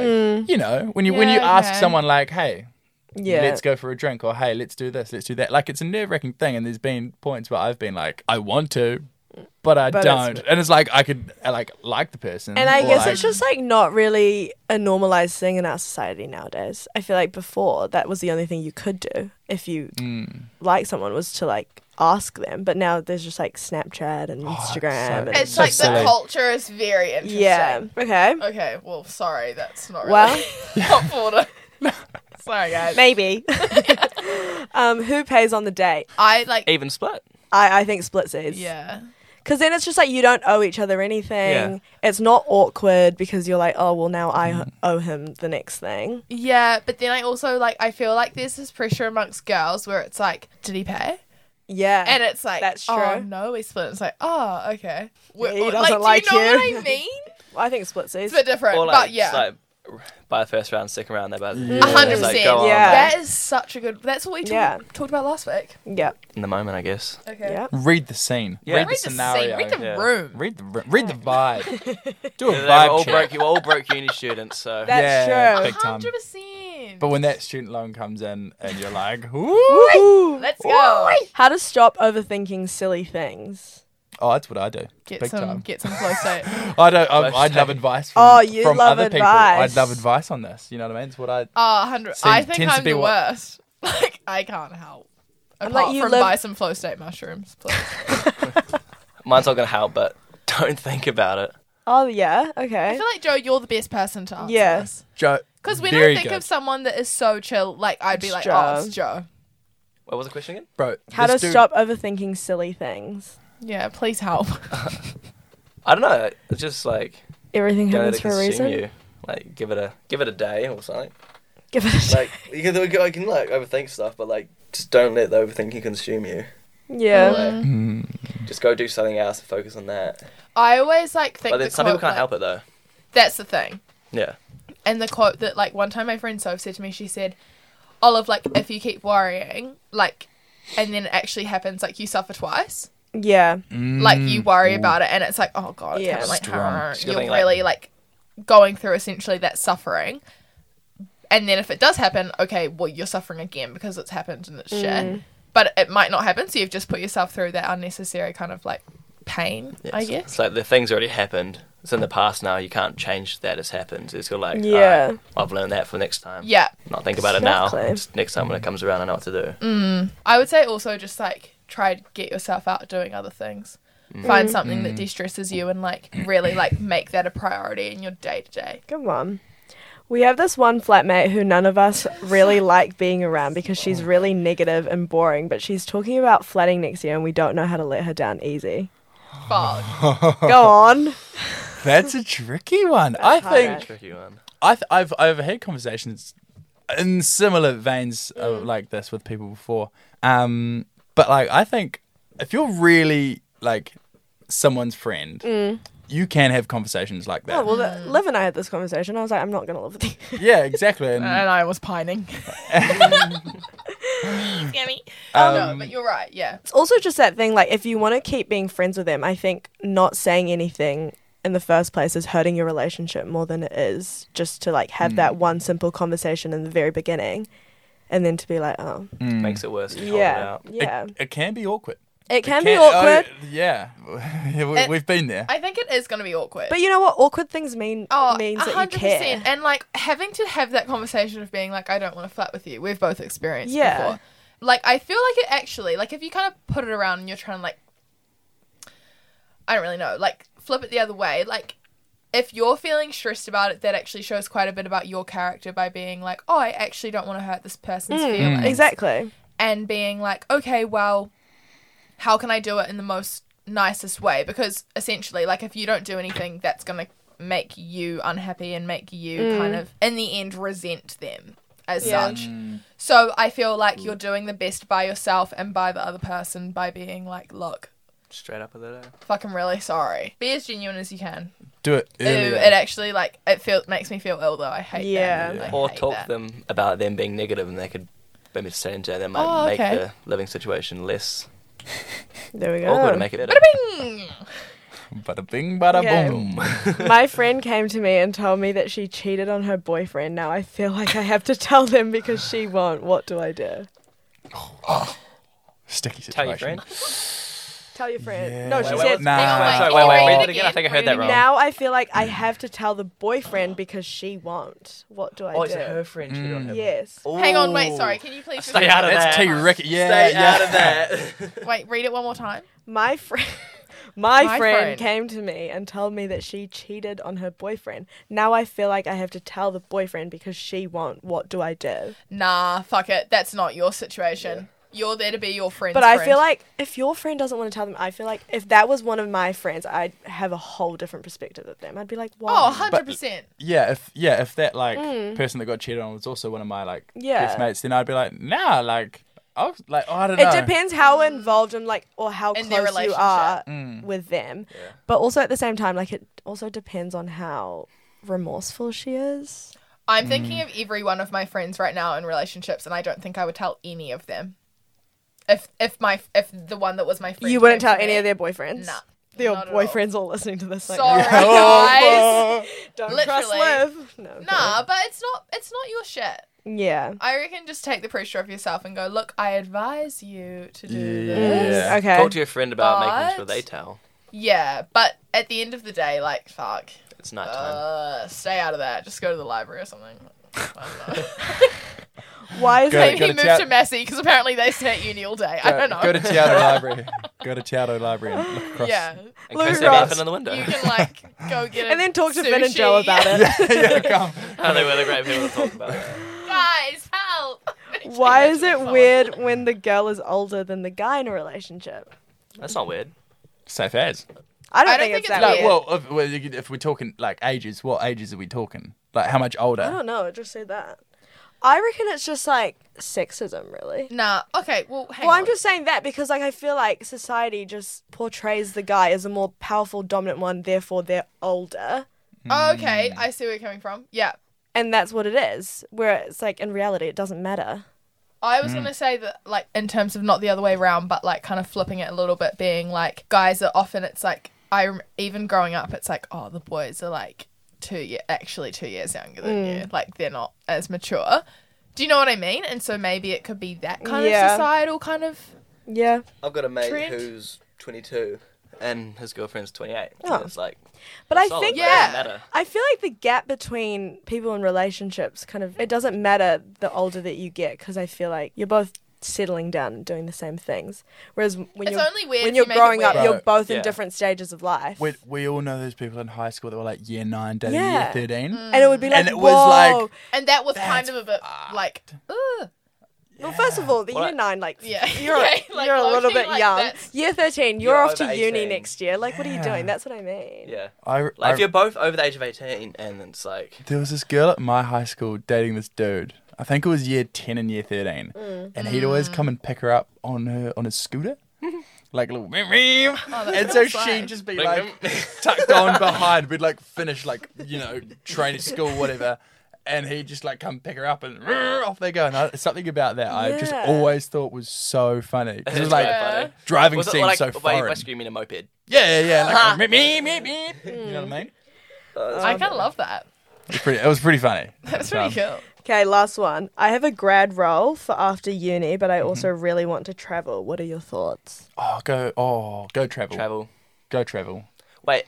you know, when you when you
Yeah,
ask
okay.
someone like, hey,
Mm. yeah.
let's go for a drink, or hey, let's do this, let's do that. Like, it's a nerve wracking thing, and there's been points where I've been like, I want to, but I
But it's-
don't, and it's like I could I like like the person,
And I
or,
guess
like-
it's just like not really a normalized thing in our society nowadays. I feel like before that was the only thing you could do if you
Mm.
like someone was to like ask them. But now there's just like Snapchat and Instagram. and
It's
Oh, So
like the
silly.
culture is very interesting.
yeah. Okay.
Okay. Well, sorry, that's not really [LAUGHS]
Well-
helpful. To... sorry, guys.
Maybe. um, who pays on the date?
I like.
Even split.
I, I think splitsies.
Yeah.
Because then it's just like you don't owe each other anything.
Yeah.
It's not awkward because you're like, oh, well, now I owe him the next thing.
Yeah, but then I also like I feel like there's this pressure amongst girls where it's like, did he pay?
Yeah.
And it's like,
That's
oh
true.
no, we split. It's like, oh okay.
Yeah, he
Or-
doesn't
like, do you know
like you.
what I mean?
I think splitsies.
It's a bit different,
Or like,
but yeah,
it's like, by the first round, second round, they're both.
Yeah.
It's
hundred
like,
percent.
go on,
Yeah.
that is such a good. That's what we talked
Yeah.
talked about last week.
yeah.
In the moment, I guess.
Okay.
Yeah.
read the scene,
Yeah.
read,
Read
the
Read the
scenario,
scene. Read the
Yeah.
room.
read the read
[LAUGHS]
the vibe, do a
They were
vibe
all
check.
broke, you were all broke uni students, so.
That- That's
yeah,
true.
Big time.
Hundred percent.
But when that student loan comes in and you're like, Ooh.
Let's go.
How to stop overthinking silly things.
oh, that's what I do.
Get
big
some.
time.
Get some close date.
I don't. I,
Flash
I'd love
tape.
advice. From,
Oh, you
from
love
other people.
advice.
I'd love advice on this. You know what I mean? It's what I.
Ah, hundred. I
Seems-
think
tends to
I'm
be
the
what-
worst. [LAUGHS] Like I can't help. Apart
let you
from
live-
buy some flow state mushrooms, please.
Mine's not going to help, but [LAUGHS] don't think about it.
Oh yeah. Okay.
I feel like Joe, you're the best person to answer
Yeah.
this.
Joe.
Because when
very
I think
good.
of someone that is so chill, like I'd be
It's
like,
Joe.
oh, it's Joe.
What was the question again?
bro,
How to
this dude-
stop overthinking silly things.
Yeah, please help.
I don't know. It's just like
Everything
don't
happens
let it
for a
consume
reason.
you. Like give it a give it a day or something.
Give it. A
Like you can, I can like overthink stuff, but like just don't let the overthinking consume you.
yeah.
Like,
Mm.
just go do something else and focus on that.
I always like think.
But
the
then some people
quote,
can't
like-
help it though.
That's the thing.
Yeah.
And the quote that like one time my friend Soph said to me, she said, Olive, like if you keep worrying, like, and then it actually happens, like you suffer twice.
Yeah.
Like you worry
Ooh.
about it, and it's like, oh god, it's
Yeah.
kind of like
Mm, Strong.
"Arr,"
She's got
you're
thing like-
really like going through essentially that suffering. And then if it does happen, okay, well you're suffering again because it's happened and it's shit. But it might not happen, so you've just put yourself through that unnecessary kind of like pain, I
It's-
guess.
It's like the thing's already happened. It's in the past now. You can't change that. It's happened. It's got like
Yeah.
alright, I've learned that for next time.
Yeah.
Not think about it now.
Exactly.
Just next time when it comes around, I know what to do.
I would say also just like try to get yourself out doing other things. Find something that de-stresses you and like really like make that a priority in your day to day.
Good one. We have this one flatmate who none of us really like being around because she's really negative and boring, but she's talking about flatting next year and we don't know how to let her down easy.
Fuck.
Go on.
That's a tricky one. I
hard.
Mm.
think
Tricky one.
I th- I've I've had conversations in similar veins uh, like this with people before. Um, but like I think if you're really like someone's friend, you can have conversations like
Oh,
that.
well, the, Liv and I had this conversation. I was like, I'm not going to live with you. [LAUGHS]
yeah,
[LAUGHS]
exactly. And,
And I was pining. oh no,
um,
but you're right. Yeah.
It's also just that thing, like, if you want to keep being friends with them, I think not saying anything in the first place is hurting your relationship more than it is just to, like, have that one simple conversation in the very beginning and then to be like, oh,
mm.
Makes it worse. if you hold it
yeah,
out.
yeah.
It, it can be awkward.
It, can
It
be awkward.
oh, yeah, [LAUGHS] Yeah, we,
It-
we've been there.
I think it is going to be awkward.
But you know what? Awkward things mean
oh,
means that you
100%.
care.
And like having to have that conversation of being like, I don't want to flirt with you. We've both experienced
Yeah.
before. Like I feel like it actually, like if you kind of put it around and you're trying to like, I don't really know, like flip it the other way, like. If you're feeling stressed about it, that actually shows quite a bit about your character by being like, "Oh, I actually don't want to hurt this person's feelings."
Mm,
Mm.
Exactly.
and being like, okay, well, how can I do it in the most nicest way? Because essentially, like, if you don't do anything, that's going to make you unhappy and make you kind of, in the end, resent them as
Mm. Yeah.
such.
Mm.
So I feel like you're doing the best by yourself and by the other person by being like, look,
Straight up with it. eh?
fucking really sorry. Be as genuine as you can.
Do it.
Ew,
earlier.
it actually like it feel makes me feel ill though. I hate
Yeah.
that. I
Or
hate
talk
that.
to them about them being negative, and they could maybe change that. That might
Oh,
make
okay.
the living situation less
There we go.
awkward and make it better.
Bing!
Bada bing, bada
Yeah.
boom. [LAUGHS]
My friend came to me and told me that she cheated on her boyfriend. Now I feel like I have to tell them because she won't. What do I do?
Sticky
Tell
situation.
your friend.
Tell your friend.
Yeah.
No, she
Wait, wait,
said.
nah.
Hang on,
Sorry, wait,
Read
wait,
it
read it again. I
again,
think
read
I heard
it
that wrong.
Now I feel like I have to tell the boyfriend because she won't. What do I
oh,
do?
it's her friend. cheated on him.
Yes.
Mm. Hang on, wait,
Ooh.
sorry. Can you please
Stay
repeat
out of
That's
that.
T. Ricky. Yeah,
Stay
yeah.
out of [LAUGHS] that.
Wait, read it one more time.
My friend. [LAUGHS] My,
My friend.
friend came to me and told me that she cheated on her boyfriend. Now I feel like I have to tell the boyfriend because she won't. What do I do?
Nah, fuck it. That's not your situation. You're there to be your friend's
But I feel
friend.
like if your friend doesn't want to tell them, I feel like if that was one of my friends, I'd have a whole different perspective of them. I'd be like, why?
Oh, 100%.
yeah, if yeah, if that like person that got cheated on was also one of my like
Mm. Yeah.
best mates, then I'd be like, nah, like, I was like, oh, I don't know.
it
[LAUGHS]
depends how involved and like or how
In their
close you are
Mm.
with them. But also at the same time, like it also depends on how remorseful she is.
I'm thinking of every one of my friends right now in relationships, and I don't think I would tell any of them. If if my if the one that was my friend,
you wouldn't
came to
tell any
me-
of their boyfriends.
Nah,
Their
not at all.
boyfriends all. listening to this. Like, [LAUGHS]
Sorry,
[LAUGHS]
guys.
Oh,
don't trust
literally.
Liv. No, I'm
Nah, but it's not it's not your shit.
kidding. Yeah.
I reckon just take the pressure off yourself and go. Look, I advise you to do
Yeah.
this.
Yeah.
Okay.
Talk to your friend about making sure
But-
they tell.
Yeah, but at the end of the day, like fuck,
It's night time.
uh, stay out of that. Just go to the library or something. I don't know.
Why is
Go
Maybe
it?
go
he
to
moved to
Tia-
Massey because apparently they stay at uni all day. I don't know.
Go
[LAUGHS]
to Teatro Library. Go to Teatro Library and look across.
yeah,
And
Lou
Chris said
Ross,
open in the window.
you
[LAUGHS]
can like go get a
And then talk to
sushi.
Finn and Joe about it.
[LAUGHS] yeah, come.
oh, they were the great people to talk about. it.
[LAUGHS] Guys, help! [LAUGHS]
Why is it weird when the girl is older than the guy in a relationship?
[LAUGHS] That's not weird.
Safe as.
I don't, think, it's that
Like,
weird.
well, if, well, you could- if we're talking like ages, what ages are we talking? Like, how much older?
I don't know. It just said that. I reckon it's just like sexism, really.
Nah. Okay. Well, hang
well,
on.
I'm just saying that because like I feel like society just portrays the guy as a more powerful, dominant one. Therefore, they're older,
Oh,
Hmm.
okay. I see where you're coming from. Yeah,
and that's what it is. Where it's like in reality, it doesn't matter.
I was gonna say that, like, in terms of not the other way around, but like kind of flipping it a little bit, being like, guys are often it's like I rem- even growing up, it's like, oh, the boys are like two year actually two years younger than you,
Mm.
like they're not as mature. Do you know what I mean? And so maybe it could be that kind of
Yeah.
societal kind of
Yeah,
I've got a mate
Trent?
who's 22 and his girlfriend's 28.
Oh.
And it's like,
but I
solid,
think
but
yeah.
it
that
doesn't matter.
I feel like the gap between people in relationships kind of it doesn't matter the older that you get because I feel like you're both settling down and doing the same things. Whereas when
It's
you're
only weird
when
if
you're
you make it
growing up,
weird.
you're
Right,
both
yeah.
in different stages of life,
We, we all know those people in high school that were like year nine, dating
Yeah.
year 13.
Mm.
and it would be like,
Mm. And it was like-
"Whoa."
And that was
That's
kind of a bit like, ugh. Oh,
Well, first of all, the
Well,
year nine, like,
yeah.
[LAUGHS]
[LAUGHS]
you're,
Yeah, like,
you're a little
low-key,
bit
like,
young.
that's-
Year 13, you're,
You're
off to
over
uni
18.
next year. Like, what are you
Yeah.
doing? That's what I mean.
yeah.
I,
Like,
I,
if you're both over the age of 18 and it's like,
there was this girl at my high school dating this dude. I think it
Mm. [LAUGHS]
was year ten and year thirteen, and he'd always come and pick her up on her on his scooter, like a
[LAUGHS]
little. and so she'd just be like
[LAUGHS]
tucked
[LAUGHS]
on behind. We'd like finish like you know training school whatever, and he'd just like come pick her up and [LAUGHS] off they go. And I, something about that I just
Yeah.
always thought was so funny. 'Cause It was
It's
like
[LAUGHS] quite funny.
driving
Was it
seems
like
so
by,
foreign.
by screaming
[LAUGHS]
a moped?
yeah, yeah, yeah. Like,
[LAUGHS]
meep,
[LAUGHS]
meep, meep, meep. You know what I mean?
I kind of love that. [LAUGHS]
It was pretty, it was pretty funny.
That's pretty
Um,
cool.
Okay, last one. I have a grad role for after uni, but I
Mm-hmm.
also really want to travel. What are your thoughts?
Oh, go, oh, go travel,
Travel.
go travel.
Wait,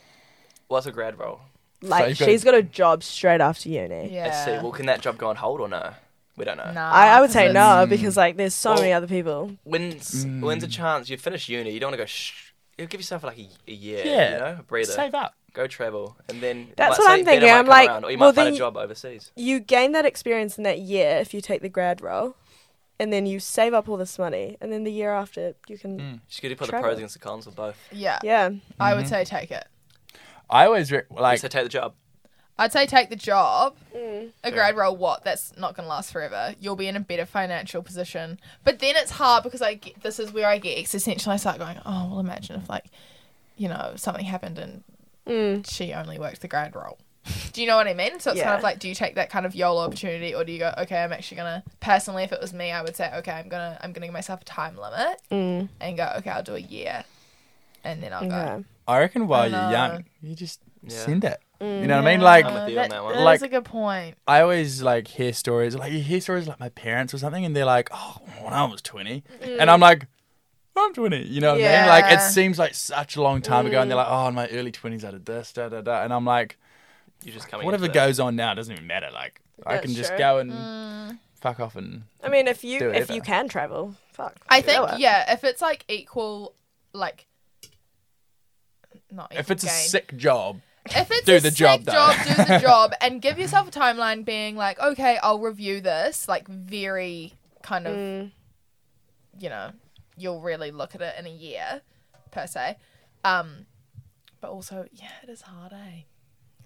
what's a grad role?
Like,
you've got-
she's got a job straight after uni.
Yeah.
Let's see. Well, can that job go on hold or no? We don't know.
Nah,
I, I would say
'cause
Mm.
no because like there's so
Well-
many other people.
When's when's a chance you finish uni? You don't want to go. Sh- you give yourself like a, a year.
Yeah.
You know, a breather.
Save up.
Go travel, and then
That's
might-
what
say
I'm
better
thinking.
might
I'm
come
like,
around, or you
well,
might find
then
a job overseas.
You gain that experience in that year if you take the grad role, and then you save up all this money, and then the year after you can.
Mm.
Just going to put the
Travel.
pros against the cons of both.
Yeah.
Yeah,
I would say take it.
I always re-
Like,
like
so take the job.
I'd say take the job.
Mm.
A grad role, what? That's not going to last forever. You'll be in a better financial position. But then it's hard because I get, this is where I get existential. I start going, oh, well, imagine if, like, you know, something happened and
Mm,
she only worked the grad role. [LAUGHS] Do you know what I mean? So it's kind
Yeah.
of like, do you take that kind of YOLO opportunity, or do you go, okay, I'm actually gonna. Personally, if it was me, I would say, okay, I'm gonna, I'm gonna give myself a time limit and go, okay, I'll do a year, and then I'll
mm. yeah.
go.
I reckon while
I
you're
know.
young, you just
Yeah.
send it. You know what I mean?
Yeah,
Like
I'm with you on that one.
that
Like-
is a good point.
I always like hear stories, like you hear stories like my parents or something, and they're like, "Oh, when I was 20. and
Mm.
I'm like, "I'm 20." You know what I mean? Like it
Yeah.
seems like such a long time ago, and
Mm.
they're like, "Oh, in my early 20s, I did this, da da da," and I'm like,
You just coming.
"Whatever
into it.
goes on now doesn't even matter. Like I
That's
can just
true. Mm.
go and fuck off and
I mean, if you
Do it
if
either.
you can travel, fuck.
I
do
think
it.
yeah, if it's like equal, like not equal
if it's a
gain.
sick job,
if it's
do
a
the
sick
job, though.
job, do
[LAUGHS]
the job, and give yourself a timeline, being like, okay, I'll review this, like very kind of,
Mm.
you know, you'll really look at it in a year, per se. Um, but also, yeah, it is hard, eh?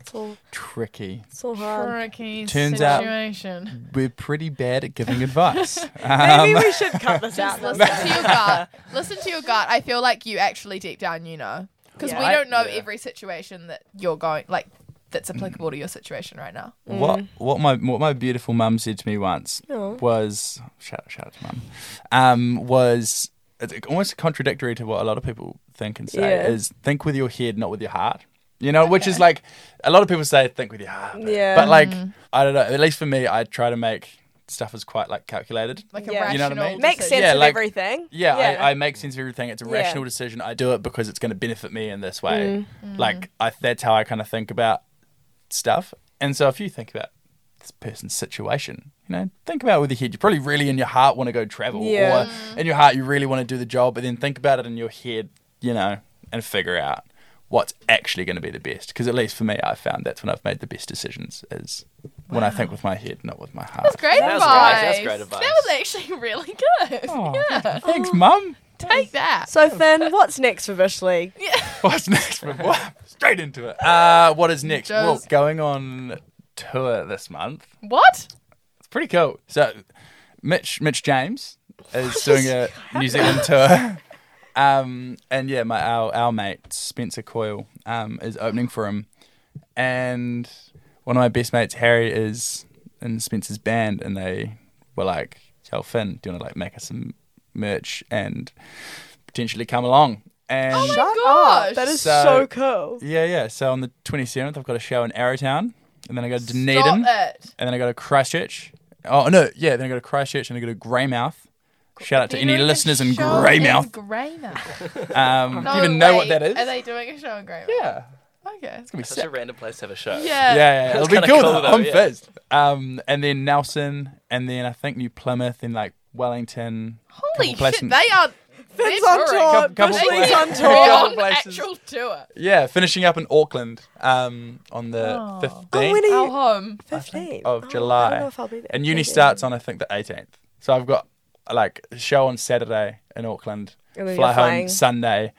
It's all,
tricky.
it's all hard.
Tricky
Turns out-
situation.
We're pretty bad at giving advice.
[LAUGHS] Maybe
Um,
we should [LAUGHS] cut this out.
Listen to your gut. Listen to your gut. I feel like you actually deep down you know, because
Yeah.
we don't know
Yeah.
every situation that you're going like that's applicable to your situation right now.
What
Mm.
what my what my beautiful mum said to me once
Aw.
was shout shout out to mum um, was it's almost contradictory to what a lot of people think and say
Yeah.
is think with your head not with your heart you know which is like a lot of people say think with your heart but,
Yeah.
but like I don't know at least for me I try to make stuff as quite like calculated
Like a
Yeah.
rational.
You
know what I mean?
Makes
decision.
sense
Yeah,
of
like-
everything.
yeah, I, I make sense of everything. It's a
Yeah.
rational decision. I do it because it's going to benefit me in this way.
Mm.
Mm.
Like I, that's how I kind of think about stuff. And so if you think about this person's situation, you know, think about it with your head. You probably really in your heart want to go travel,
Yeah.
or in your heart you really want to do the job. But then think about it in your head, you know, and figure out what's actually going to be the best. Because at least for me, I found that's when I've made the best decisions is when I think with my head, not with my heart.
That's great
That was
advice.
great. That's great advice.
That was actually [LAUGHS] really good.
Oh,
Yeah,
Thanks, mum.
take that.
So Finn, what's next for Bush League?
What's next? What? Straight into it. Uh, what is next?
Just-
Well, going on tour this month.
What?
It's pretty cool. So, Mitch Mitch James is doing a New Zealand tour. Um, and yeah, my our, our mate Spencer Coyle um, is opening for him, and one of my best mates Harry is in Spencer's band, and they were like, "Yo, Finn, do you want to like make us some merch and potentially come along?" And
Shut
gosh.
up! That is
So-
so, cool.
yeah, yeah. So on the 27th, I've got a show in Arrowtown, and then I go to Dunedin,
Stop
and
it.
then I go to Christchurch. Oh no, yeah, then I go to Christchurch and I go to Greymouth. Shout out to any listeners in Greymouth.
Greymouth. [LAUGHS]
Um,
No
do you even know
way.
what that is?
Are they doing a show in Greymouth?
yeah,
Okay.
it's gonna be
Such a
sick.
random place to have a show.
Yeah.
Yeah, yeah, yeah. it'll
It's
be
kinda
cool.
cool
though.
though,
I'm
yeah.
first. Um, and then Nelson, and then I think New Plymouth, and like Wellington.
Holy
couple
shit,
placements.
they are.
Finn's on
Oh,
tour.
Couple- couple
Bush
places.
League's
[LAUGHS]
on
They're
[LAUGHS] Couple
tour.
on
places.
actual tour.
Yeah, finishing up in Auckland um, on the
Oh.
15th
Oh, when are
Our
you?
home.
Fifteenth
of
I
July.
don't know if I'll be there.
And uni
Maybe.
starts on I think the 18th. So I've got like a show on Saturday in Auckland,
And then
fly
you're
home
flying.
Sunday,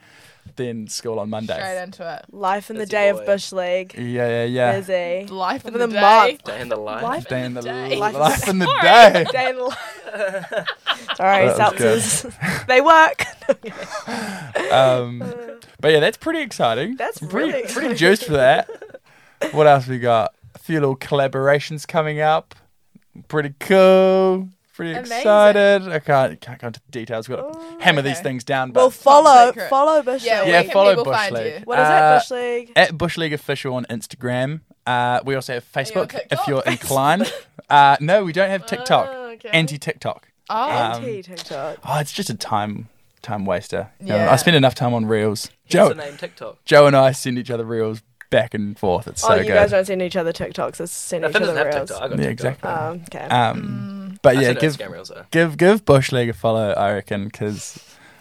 then school on Monday.
Straight into it.
Life in the
Busy
day of
boy.
Bush League.
Yeah, yeah, yeah.
Busy.
[LAUGHS]
Life in
For
the,
the
day.
month.
Day in the life.
Life
Day in
in
the
the day.
life,
Life is-
in the day.
[LAUGHS]
[LAUGHS]
Day in life. Sorry,
That was good.
seltzers. [LAUGHS] they work.
Um, but yeah, that's pretty exciting.
Uh, That's
I'm pretty
really
pretty juiced
[LAUGHS]
for that. What else we got? A few little collaborations coming up. Pretty cool. Pretty
Amazing.
excited. I can't can't go into the details. We've got to hammer these
okay.
things down. But
Oh. Well, follow
secret.
follow Bush
Yeah,
League.
yeah,
where can
follow
people
Bush
find
League.
you?
What is
Uh,
that Bush League?
at Bush League Official on Instagram. Uh, we also have
you on
Facebook if
TikTok?
you're
[LAUGHS]
inclined. uh, no, we don't have TikTok.
Oh, okay.
Anti TikTok.
Oh,
um,
Anti TikTok.
Oh, it's just a time time waster. You know,
Yeah.
I spend enough time on reels.
What's
Joe,
the name TikTok?
Joe and I send each other reels back and forth. It's so
oh, you
good.
guys don't send each other TikToks. It's send each
Nathan
other
doesn't have
reels.
TikTok. I got
yeah,
TikTok.
exactly.
Um, okay.
Um,
Mm.
but
I
yeah,
send it to
give
Instagram Reels, though.
give give Bush League a follow, I reckon, because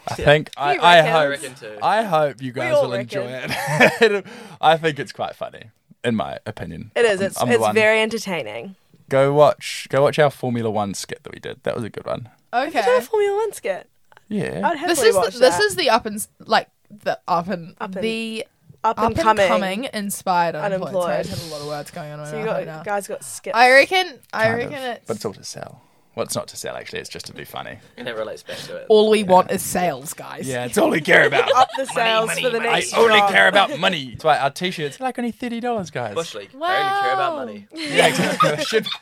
I think I,
You
I
reckon?
I
hope
reckon too.
I hope you guys
all
will enjoy it. [LAUGHS] I think it's quite funny, in my opinion.
it is.
I'm-
It's
I'm the
it's
one.
very entertaining.
Go watch go watch our Formula One skit that we did. That was a good one.
Is that a
okay.
Formula One skit?
Yeah.
I'd happily
This is
watch
the, this
that.
is the up and s- like the up and,
Up and-
the
up
up
and coming.
inspired unemployed. Sorry, I
Unemployed.
just had a lot of words going on.
So
in my
you got
head now.
guys got skits.
I reckon. I
kind of,
reckon it's,
but it's all to sell. Well, it's not to sell actually. It's just to be funny.
And it relates back to it.
all we want is sales, guys.
Yeah, it's all we care
[LAUGHS]
about.
up the sales for the
I
next.
only
job.
care about money. That's why our t-shirts are like only thirty dollars, guys.
Bush League. I only care about money.
Yeah, exactly. [LAUGHS] That should, should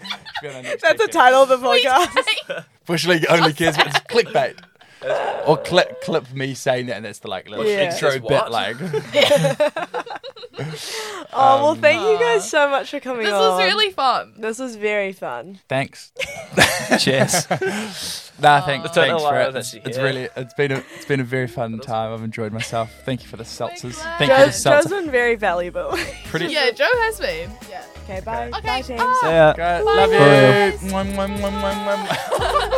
be on our next
That's the
t-shirt.
title of the
[LAUGHS]
[LAUGHS]
podcast. [LAUGHS]
Bush League only cares about it's clickbait. Or clip clip me saying that, and that's the like little
Yeah.
intro
Says what?
bit,
[LAUGHS]
like.
Oh
Um,
well, thank you guys so much for coming
This
on.
was really fun.
This was very fun.
Thanks. Cheers. nah, thanks.
don't know
Thanks
why
for
I
it.
was
It's,
actually
it's
here.
really it's been a it's been a very fun time. I've enjoyed myself. Thank you for the seltzers.
glad.
Thank you for the
Joe's, Joe's
seltzer.
been very valuable. [LAUGHS]
Pretty.
Yeah, Joe has been. Yeah.
okay, bye.
Okay.
Bye, James.
bye.
Great. Love you.
guys.
Mwah, mwah, mwah, mwah, mwah.